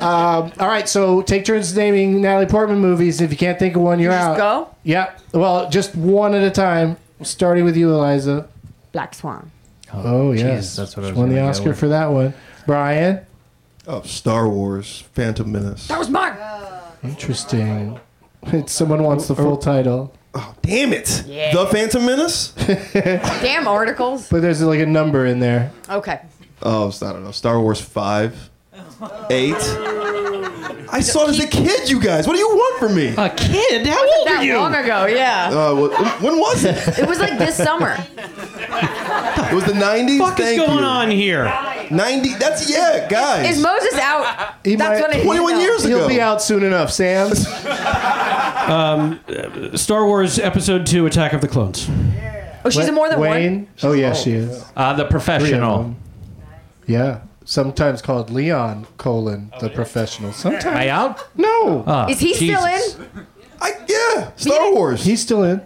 Speaker 2: Um, all right. So take turns naming Natalie Portman movies. If you can't think of one, you're out.
Speaker 7: Just go.
Speaker 2: Yeah. Well, just one at a time. Starting with you, Eliza.
Speaker 7: Black Swan.
Speaker 2: Oh yes,
Speaker 3: that's what I
Speaker 2: She
Speaker 3: was
Speaker 2: won the
Speaker 3: gonna go
Speaker 2: Oscar
Speaker 3: with.
Speaker 2: for that one. Brian.
Speaker 6: Oh, Star Wars, Phantom Menace.
Speaker 7: That was mine.
Speaker 2: Interesting. [LAUGHS] Someone wants the full title,
Speaker 6: Damn it! The Phantom Menace?
Speaker 7: Damn articles.
Speaker 2: but there's like a number in there.
Speaker 7: Okay.
Speaker 6: [LAUGHS] Oh, it's- I don't know. Star Wars 5, 8. I saw it as a kid, you guys. What do you want from me?
Speaker 5: A kid? How old
Speaker 7: That
Speaker 5: are you?
Speaker 7: long ago, yeah.
Speaker 6: Uh, wh- when was
Speaker 7: [LAUGHS]
Speaker 6: it?
Speaker 7: It was like
Speaker 2: [LAUGHS]
Speaker 7: this summer.
Speaker 6: It was the 90s?
Speaker 5: What the fuck is
Speaker 6: Thank
Speaker 5: going
Speaker 6: you.
Speaker 5: on here?
Speaker 6: 90, that's, yeah, guys.
Speaker 7: Is Moses out?
Speaker 2: He might-
Speaker 7: That's what I need to
Speaker 6: 21
Speaker 7: know.
Speaker 6: years ago.
Speaker 2: He'll be out soon enough, Sam.
Speaker 5: Star Wars Episode 2 Attack of the Clones.
Speaker 7: Oh, she's in more than
Speaker 2: Wayne.
Speaker 7: one.
Speaker 2: Oh yeah, she is.
Speaker 3: Uh, the
Speaker 2: Three of
Speaker 3: professional.
Speaker 2: them. Yeah. Sometimes called Leon colon the professional. Sometimes
Speaker 3: I out?
Speaker 2: no,
Speaker 3: Uh,
Speaker 7: Is he still
Speaker 3: Jesus.
Speaker 7: in?
Speaker 6: I, yeah, Star Wars.
Speaker 2: he's still in.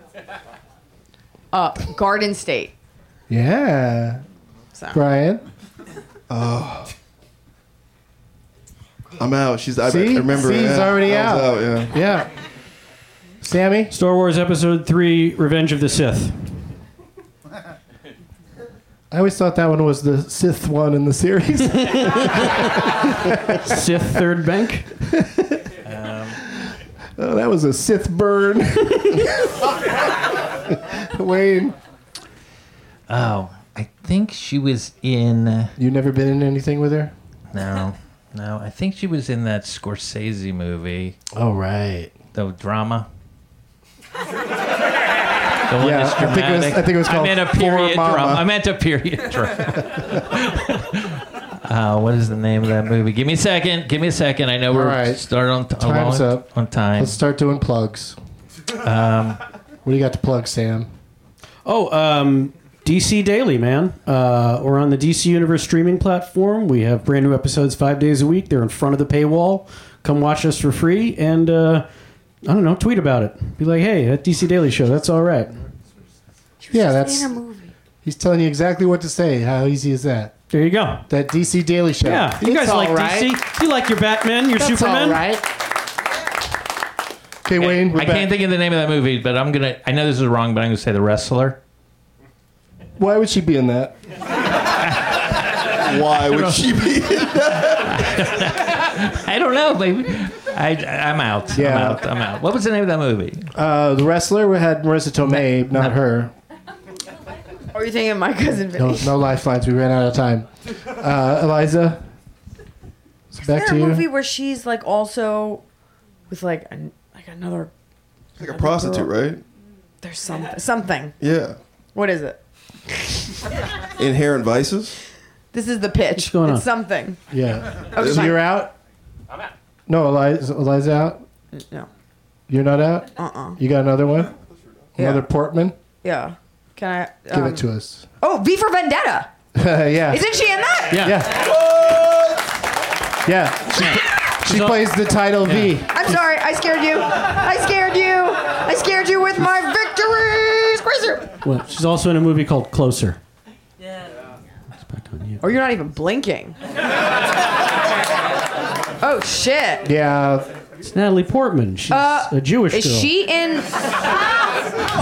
Speaker 7: Uh, Garden State.
Speaker 2: Yeah. Brian.
Speaker 6: I'm out. She's, I,
Speaker 2: See?
Speaker 6: I remember.
Speaker 2: See, he's
Speaker 6: yeah.
Speaker 2: already
Speaker 6: I was
Speaker 2: out.
Speaker 6: yeah.
Speaker 2: Yeah. Sammy.
Speaker 5: Star Wars Episode 3 Revenge of the Sith.
Speaker 2: I always thought that one was the Sith one in the series.
Speaker 5: Sith Third Bank?
Speaker 2: oh, that was a Sith burn. Wayne.
Speaker 3: Oh, I think she was in.
Speaker 2: You never been in anything with her?
Speaker 3: No, no, I think she was in that Scorsese movie,
Speaker 2: Oh right.
Speaker 3: the drama. The one
Speaker 2: Yeah,
Speaker 3: that's
Speaker 2: I think it was-
Speaker 3: dramatic.
Speaker 2: I think it was called
Speaker 3: I meant a
Speaker 2: Poor
Speaker 3: period
Speaker 2: Mama.
Speaker 3: drama. I meant
Speaker 2: [LAUGHS]
Speaker 3: a period drama. uh, what is the name of that movie? Give me a second. Give me a second. I know we're
Speaker 2: right.
Speaker 3: starting on t-
Speaker 2: Time's
Speaker 3: on,
Speaker 2: up.
Speaker 3: on time.
Speaker 2: Let's start doing plugs. Um, what do you got to plug, Sam?
Speaker 5: Oh, um, DC Daily, man. Uh, we're on the DC Universe streaming platform. We have brand new episodes five days a week. They're in front of the paywall. Come watch us for free and, uh, I don't know, tweet about it. Be like, hey, that DC Daily show, that's all right.
Speaker 2: yeah, that's. He's telling you exactly what to say. How easy is that?
Speaker 5: There you go.
Speaker 2: That DC Daily Show.
Speaker 5: Yeah, you
Speaker 2: It's
Speaker 5: guys
Speaker 2: all
Speaker 5: like
Speaker 2: right.
Speaker 5: DC. You like your Batman, your Superman.
Speaker 2: Okay, Wayne. We're
Speaker 3: I
Speaker 2: back.
Speaker 3: can't think of the name of that movie, but I'm gonna. I know this is wrong, but I'm gonna say The Wrestler.
Speaker 2: Why would she be in that?
Speaker 6: [LAUGHS] Why would she be?
Speaker 3: I don't know, baby. I, I'm out.
Speaker 2: Yeah.
Speaker 3: I'm out. I'm out. What was the name of that movie?
Speaker 2: Uh, the wrestler we had Marissa Tomei, not her.
Speaker 7: Or are you thinking of my cousin Vinny?
Speaker 2: No, no lifelines. We ran out of time. Uh, Eliza, it's [LAUGHS] back
Speaker 9: Isn't
Speaker 2: to
Speaker 9: there a
Speaker 2: you.
Speaker 9: movie where she's like also with like an, like another
Speaker 6: Like a prostitute, right?
Speaker 9: there's some something.
Speaker 6: Yeah.
Speaker 9: What is it?
Speaker 6: Inherent vices?
Speaker 7: This is the pitch.
Speaker 5: going
Speaker 7: it's
Speaker 5: on?
Speaker 7: something.
Speaker 2: Yeah.
Speaker 9: Oh,
Speaker 7: Okay,
Speaker 2: So
Speaker 7: fine.
Speaker 2: you're out.
Speaker 1: I'm out.
Speaker 2: No, Eliza. Eliza out.
Speaker 7: No.
Speaker 2: You're not out.
Speaker 7: Uh uh
Speaker 9: Uh-uh.
Speaker 2: You got another one.
Speaker 7: Yeah.
Speaker 2: Another Portman.
Speaker 7: Yeah. Can I?
Speaker 2: Give
Speaker 7: um,
Speaker 2: it to us. [LAUGHS]
Speaker 7: Oh, V for Vendetta.
Speaker 2: yeah.
Speaker 7: Isn't she in that?
Speaker 2: yeah. Yeah. Yeah. She, she plays the title V.
Speaker 7: I'm sorry, I scared you. I scared you. I scared you with my victory squeezer.
Speaker 5: Well, she's also in a movie called Closer.
Speaker 7: Or Oh, you're not even blinking. oh shit.
Speaker 2: Yeah.
Speaker 5: It's Natalie Portman. She's
Speaker 7: Uh,
Speaker 5: a Jewish
Speaker 7: Is
Speaker 5: girl.
Speaker 7: she in?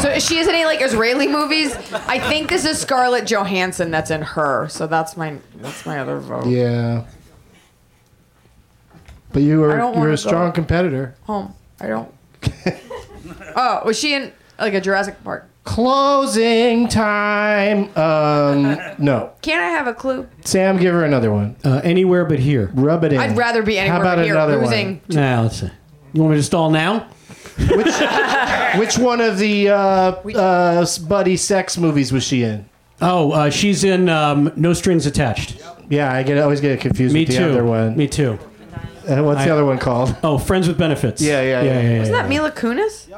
Speaker 7: So is she is in any like Israeli movies? I think this is Scarlett Johansson that's in her. So that's my that's my other vote.
Speaker 2: Yeah. But you
Speaker 7: I
Speaker 2: were
Speaker 7: don't
Speaker 2: you were
Speaker 7: wanna
Speaker 2: a strong
Speaker 7: go.
Speaker 2: competitor.
Speaker 7: Home. I don't. [LAUGHS] oh, was she in like a Jurassic Park?
Speaker 2: Closing time. Um, no.
Speaker 7: Can I have a clue?
Speaker 2: Sam, give her another one.
Speaker 5: Uh, anywhere but here.
Speaker 2: Rub it in.
Speaker 7: I'd rather be anywhere
Speaker 2: How about
Speaker 7: but here
Speaker 2: another
Speaker 7: losing.
Speaker 5: Now let's see. You want me to stall now?
Speaker 2: one? Which one of the uh, uh, buddy sex movies was she in?
Speaker 5: Oh, uh, she's in um, No Strings Attached.
Speaker 2: Yeah, I get always get confused
Speaker 5: Me
Speaker 2: with the
Speaker 5: too.
Speaker 2: other one.
Speaker 5: Me too.
Speaker 2: Uh, what's the other one called?
Speaker 5: Oh, Friends with Benefits.
Speaker 2: Yeah, yeah, yeah.
Speaker 5: yeah.
Speaker 7: Isn't that Mila Kunis?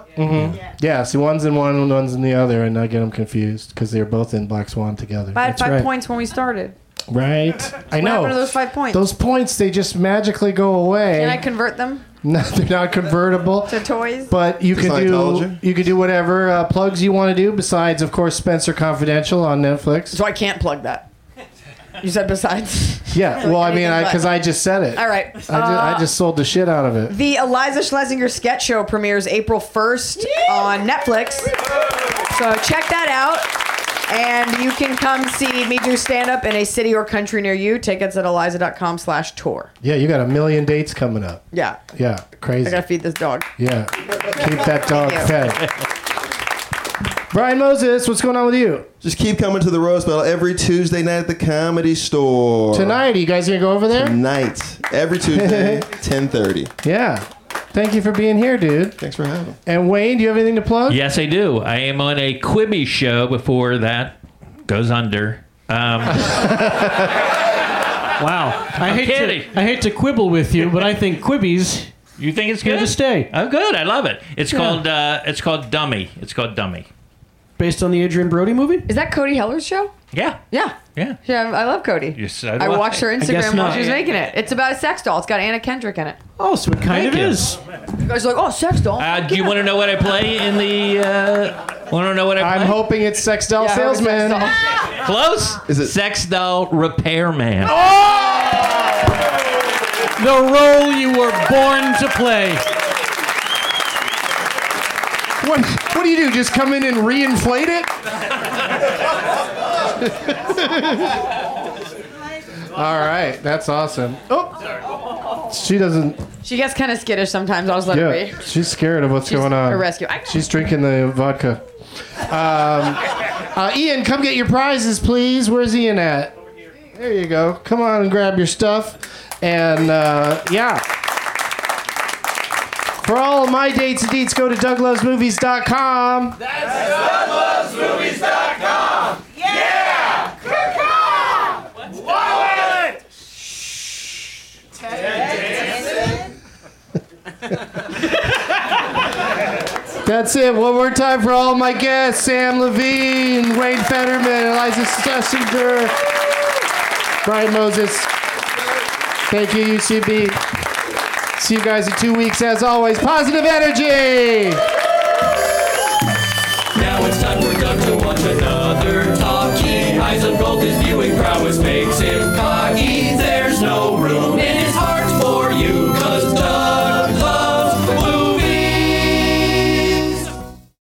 Speaker 2: Yeah, see, one's in one, one's in the other, and I get them confused because they're both in Black Swan together.
Speaker 7: I had five
Speaker 5: right.
Speaker 7: points when we started. [LAUGHS]
Speaker 2: right? I
Speaker 7: What
Speaker 2: know.
Speaker 7: happened to those five points?
Speaker 2: Those points, they just magically go away.
Speaker 7: Can I convert them
Speaker 2: [LAUGHS] no, they're not
Speaker 7: [LAUGHS]
Speaker 2: convertible.
Speaker 7: to toys?
Speaker 2: But you can do
Speaker 6: Scientology?
Speaker 2: you can do whatever uh, plugs you want to do. Besides, of course, Spencer Confidential on Netflix.
Speaker 7: So I can't plug that. You said besides.
Speaker 2: Yeah. Well, I mean,
Speaker 7: anything but-
Speaker 2: because I, just said it.
Speaker 7: [LAUGHS] All right. Uh,
Speaker 2: I, ju- I just sold the shit out of it.
Speaker 7: The Eliza Schlesinger sketch show premieres April 1st on Netflix. So check that out. And you can come see me do stand up in a city or country near you. Tickets at eliza.com slash tour.
Speaker 2: Yeah, you got a million dates coming up.
Speaker 7: Yeah.
Speaker 2: Yeah, crazy.
Speaker 7: I gotta feed this dog.
Speaker 2: Yeah. Keep that dog
Speaker 7: you.
Speaker 2: fed. Brian Moses, what's going on with you?
Speaker 6: Just keep coming to the Rose Battle every Tuesday night at the Comedy Store.
Speaker 2: Tonight, are you guys going to go over there?
Speaker 6: Night. Every Tuesday, 10.30.
Speaker 2: Yeah. Thank you for being here, dude.
Speaker 6: Thanks for having me.
Speaker 2: And Wayne, do you have anything to plug?
Speaker 3: Yes, I do. I am on a Quibi show before that goes under. Um,
Speaker 5: Wow. I hate
Speaker 3: kidding.
Speaker 5: to I hate to quibble with you, but I think Quibby's
Speaker 3: you think it's
Speaker 5: here
Speaker 3: good?
Speaker 5: to stay,
Speaker 3: Oh, good. I love it. It's called uh, it's called Dummy. It's called Dummy.
Speaker 5: based on the Adrian Brody movie.
Speaker 7: Is that Cody Heller's show?
Speaker 3: Yeah.
Speaker 7: Yeah.
Speaker 3: Yeah.
Speaker 7: Yeah, I love Cody.
Speaker 3: Yes, so do
Speaker 7: I
Speaker 3: I.
Speaker 7: watched her
Speaker 5: guess
Speaker 7: Instagram while
Speaker 5: not.
Speaker 7: she was making it. It's about a sex doll. It's got Anna Kendrick in it.
Speaker 5: Oh, so it kind of
Speaker 3: you.
Speaker 5: is.
Speaker 7: You guys are like, oh, sex doll.
Speaker 3: Uh, do you want to know what I play in the? Uh, want to know what I play?
Speaker 2: I'm hoping it's Sex Doll
Speaker 7: Yeah, I hope it's
Speaker 2: Salesman.
Speaker 7: sex doll.
Speaker 3: Close.
Speaker 6: Is it-
Speaker 3: Sex doll repairman?
Speaker 5: The role you were born to play.
Speaker 2: [LAUGHS] What, what do you do? Just come in and reinflate
Speaker 7: [LAUGHS]
Speaker 2: it? All right, that's awesome. Oh, she doesn't.
Speaker 7: She gets kind of skittish sometimes. I'll just let her be.
Speaker 2: Yeah, she's scared of what's
Speaker 7: She's
Speaker 2: going on.
Speaker 7: a rescue. I-
Speaker 2: She's drinking the vodka.
Speaker 7: [LAUGHS]
Speaker 2: Um, uh, Ian, come get your prizes, please. Where's Ian at? There you go. Come on and grab your stuff. And uh, yeah. For all of my dates and deets, go to douglovesmovies.com. That's it. One more time for all my guests Sam Levine, Wayne Fetterman, Eliza Schlesinger, Brian Moses. Thank you, UCB. See you guys in two weeks. As always, positive energy.
Speaker 1: Now it's time for Doug to watch another talkie. Eyes of gold, his viewing prowess makes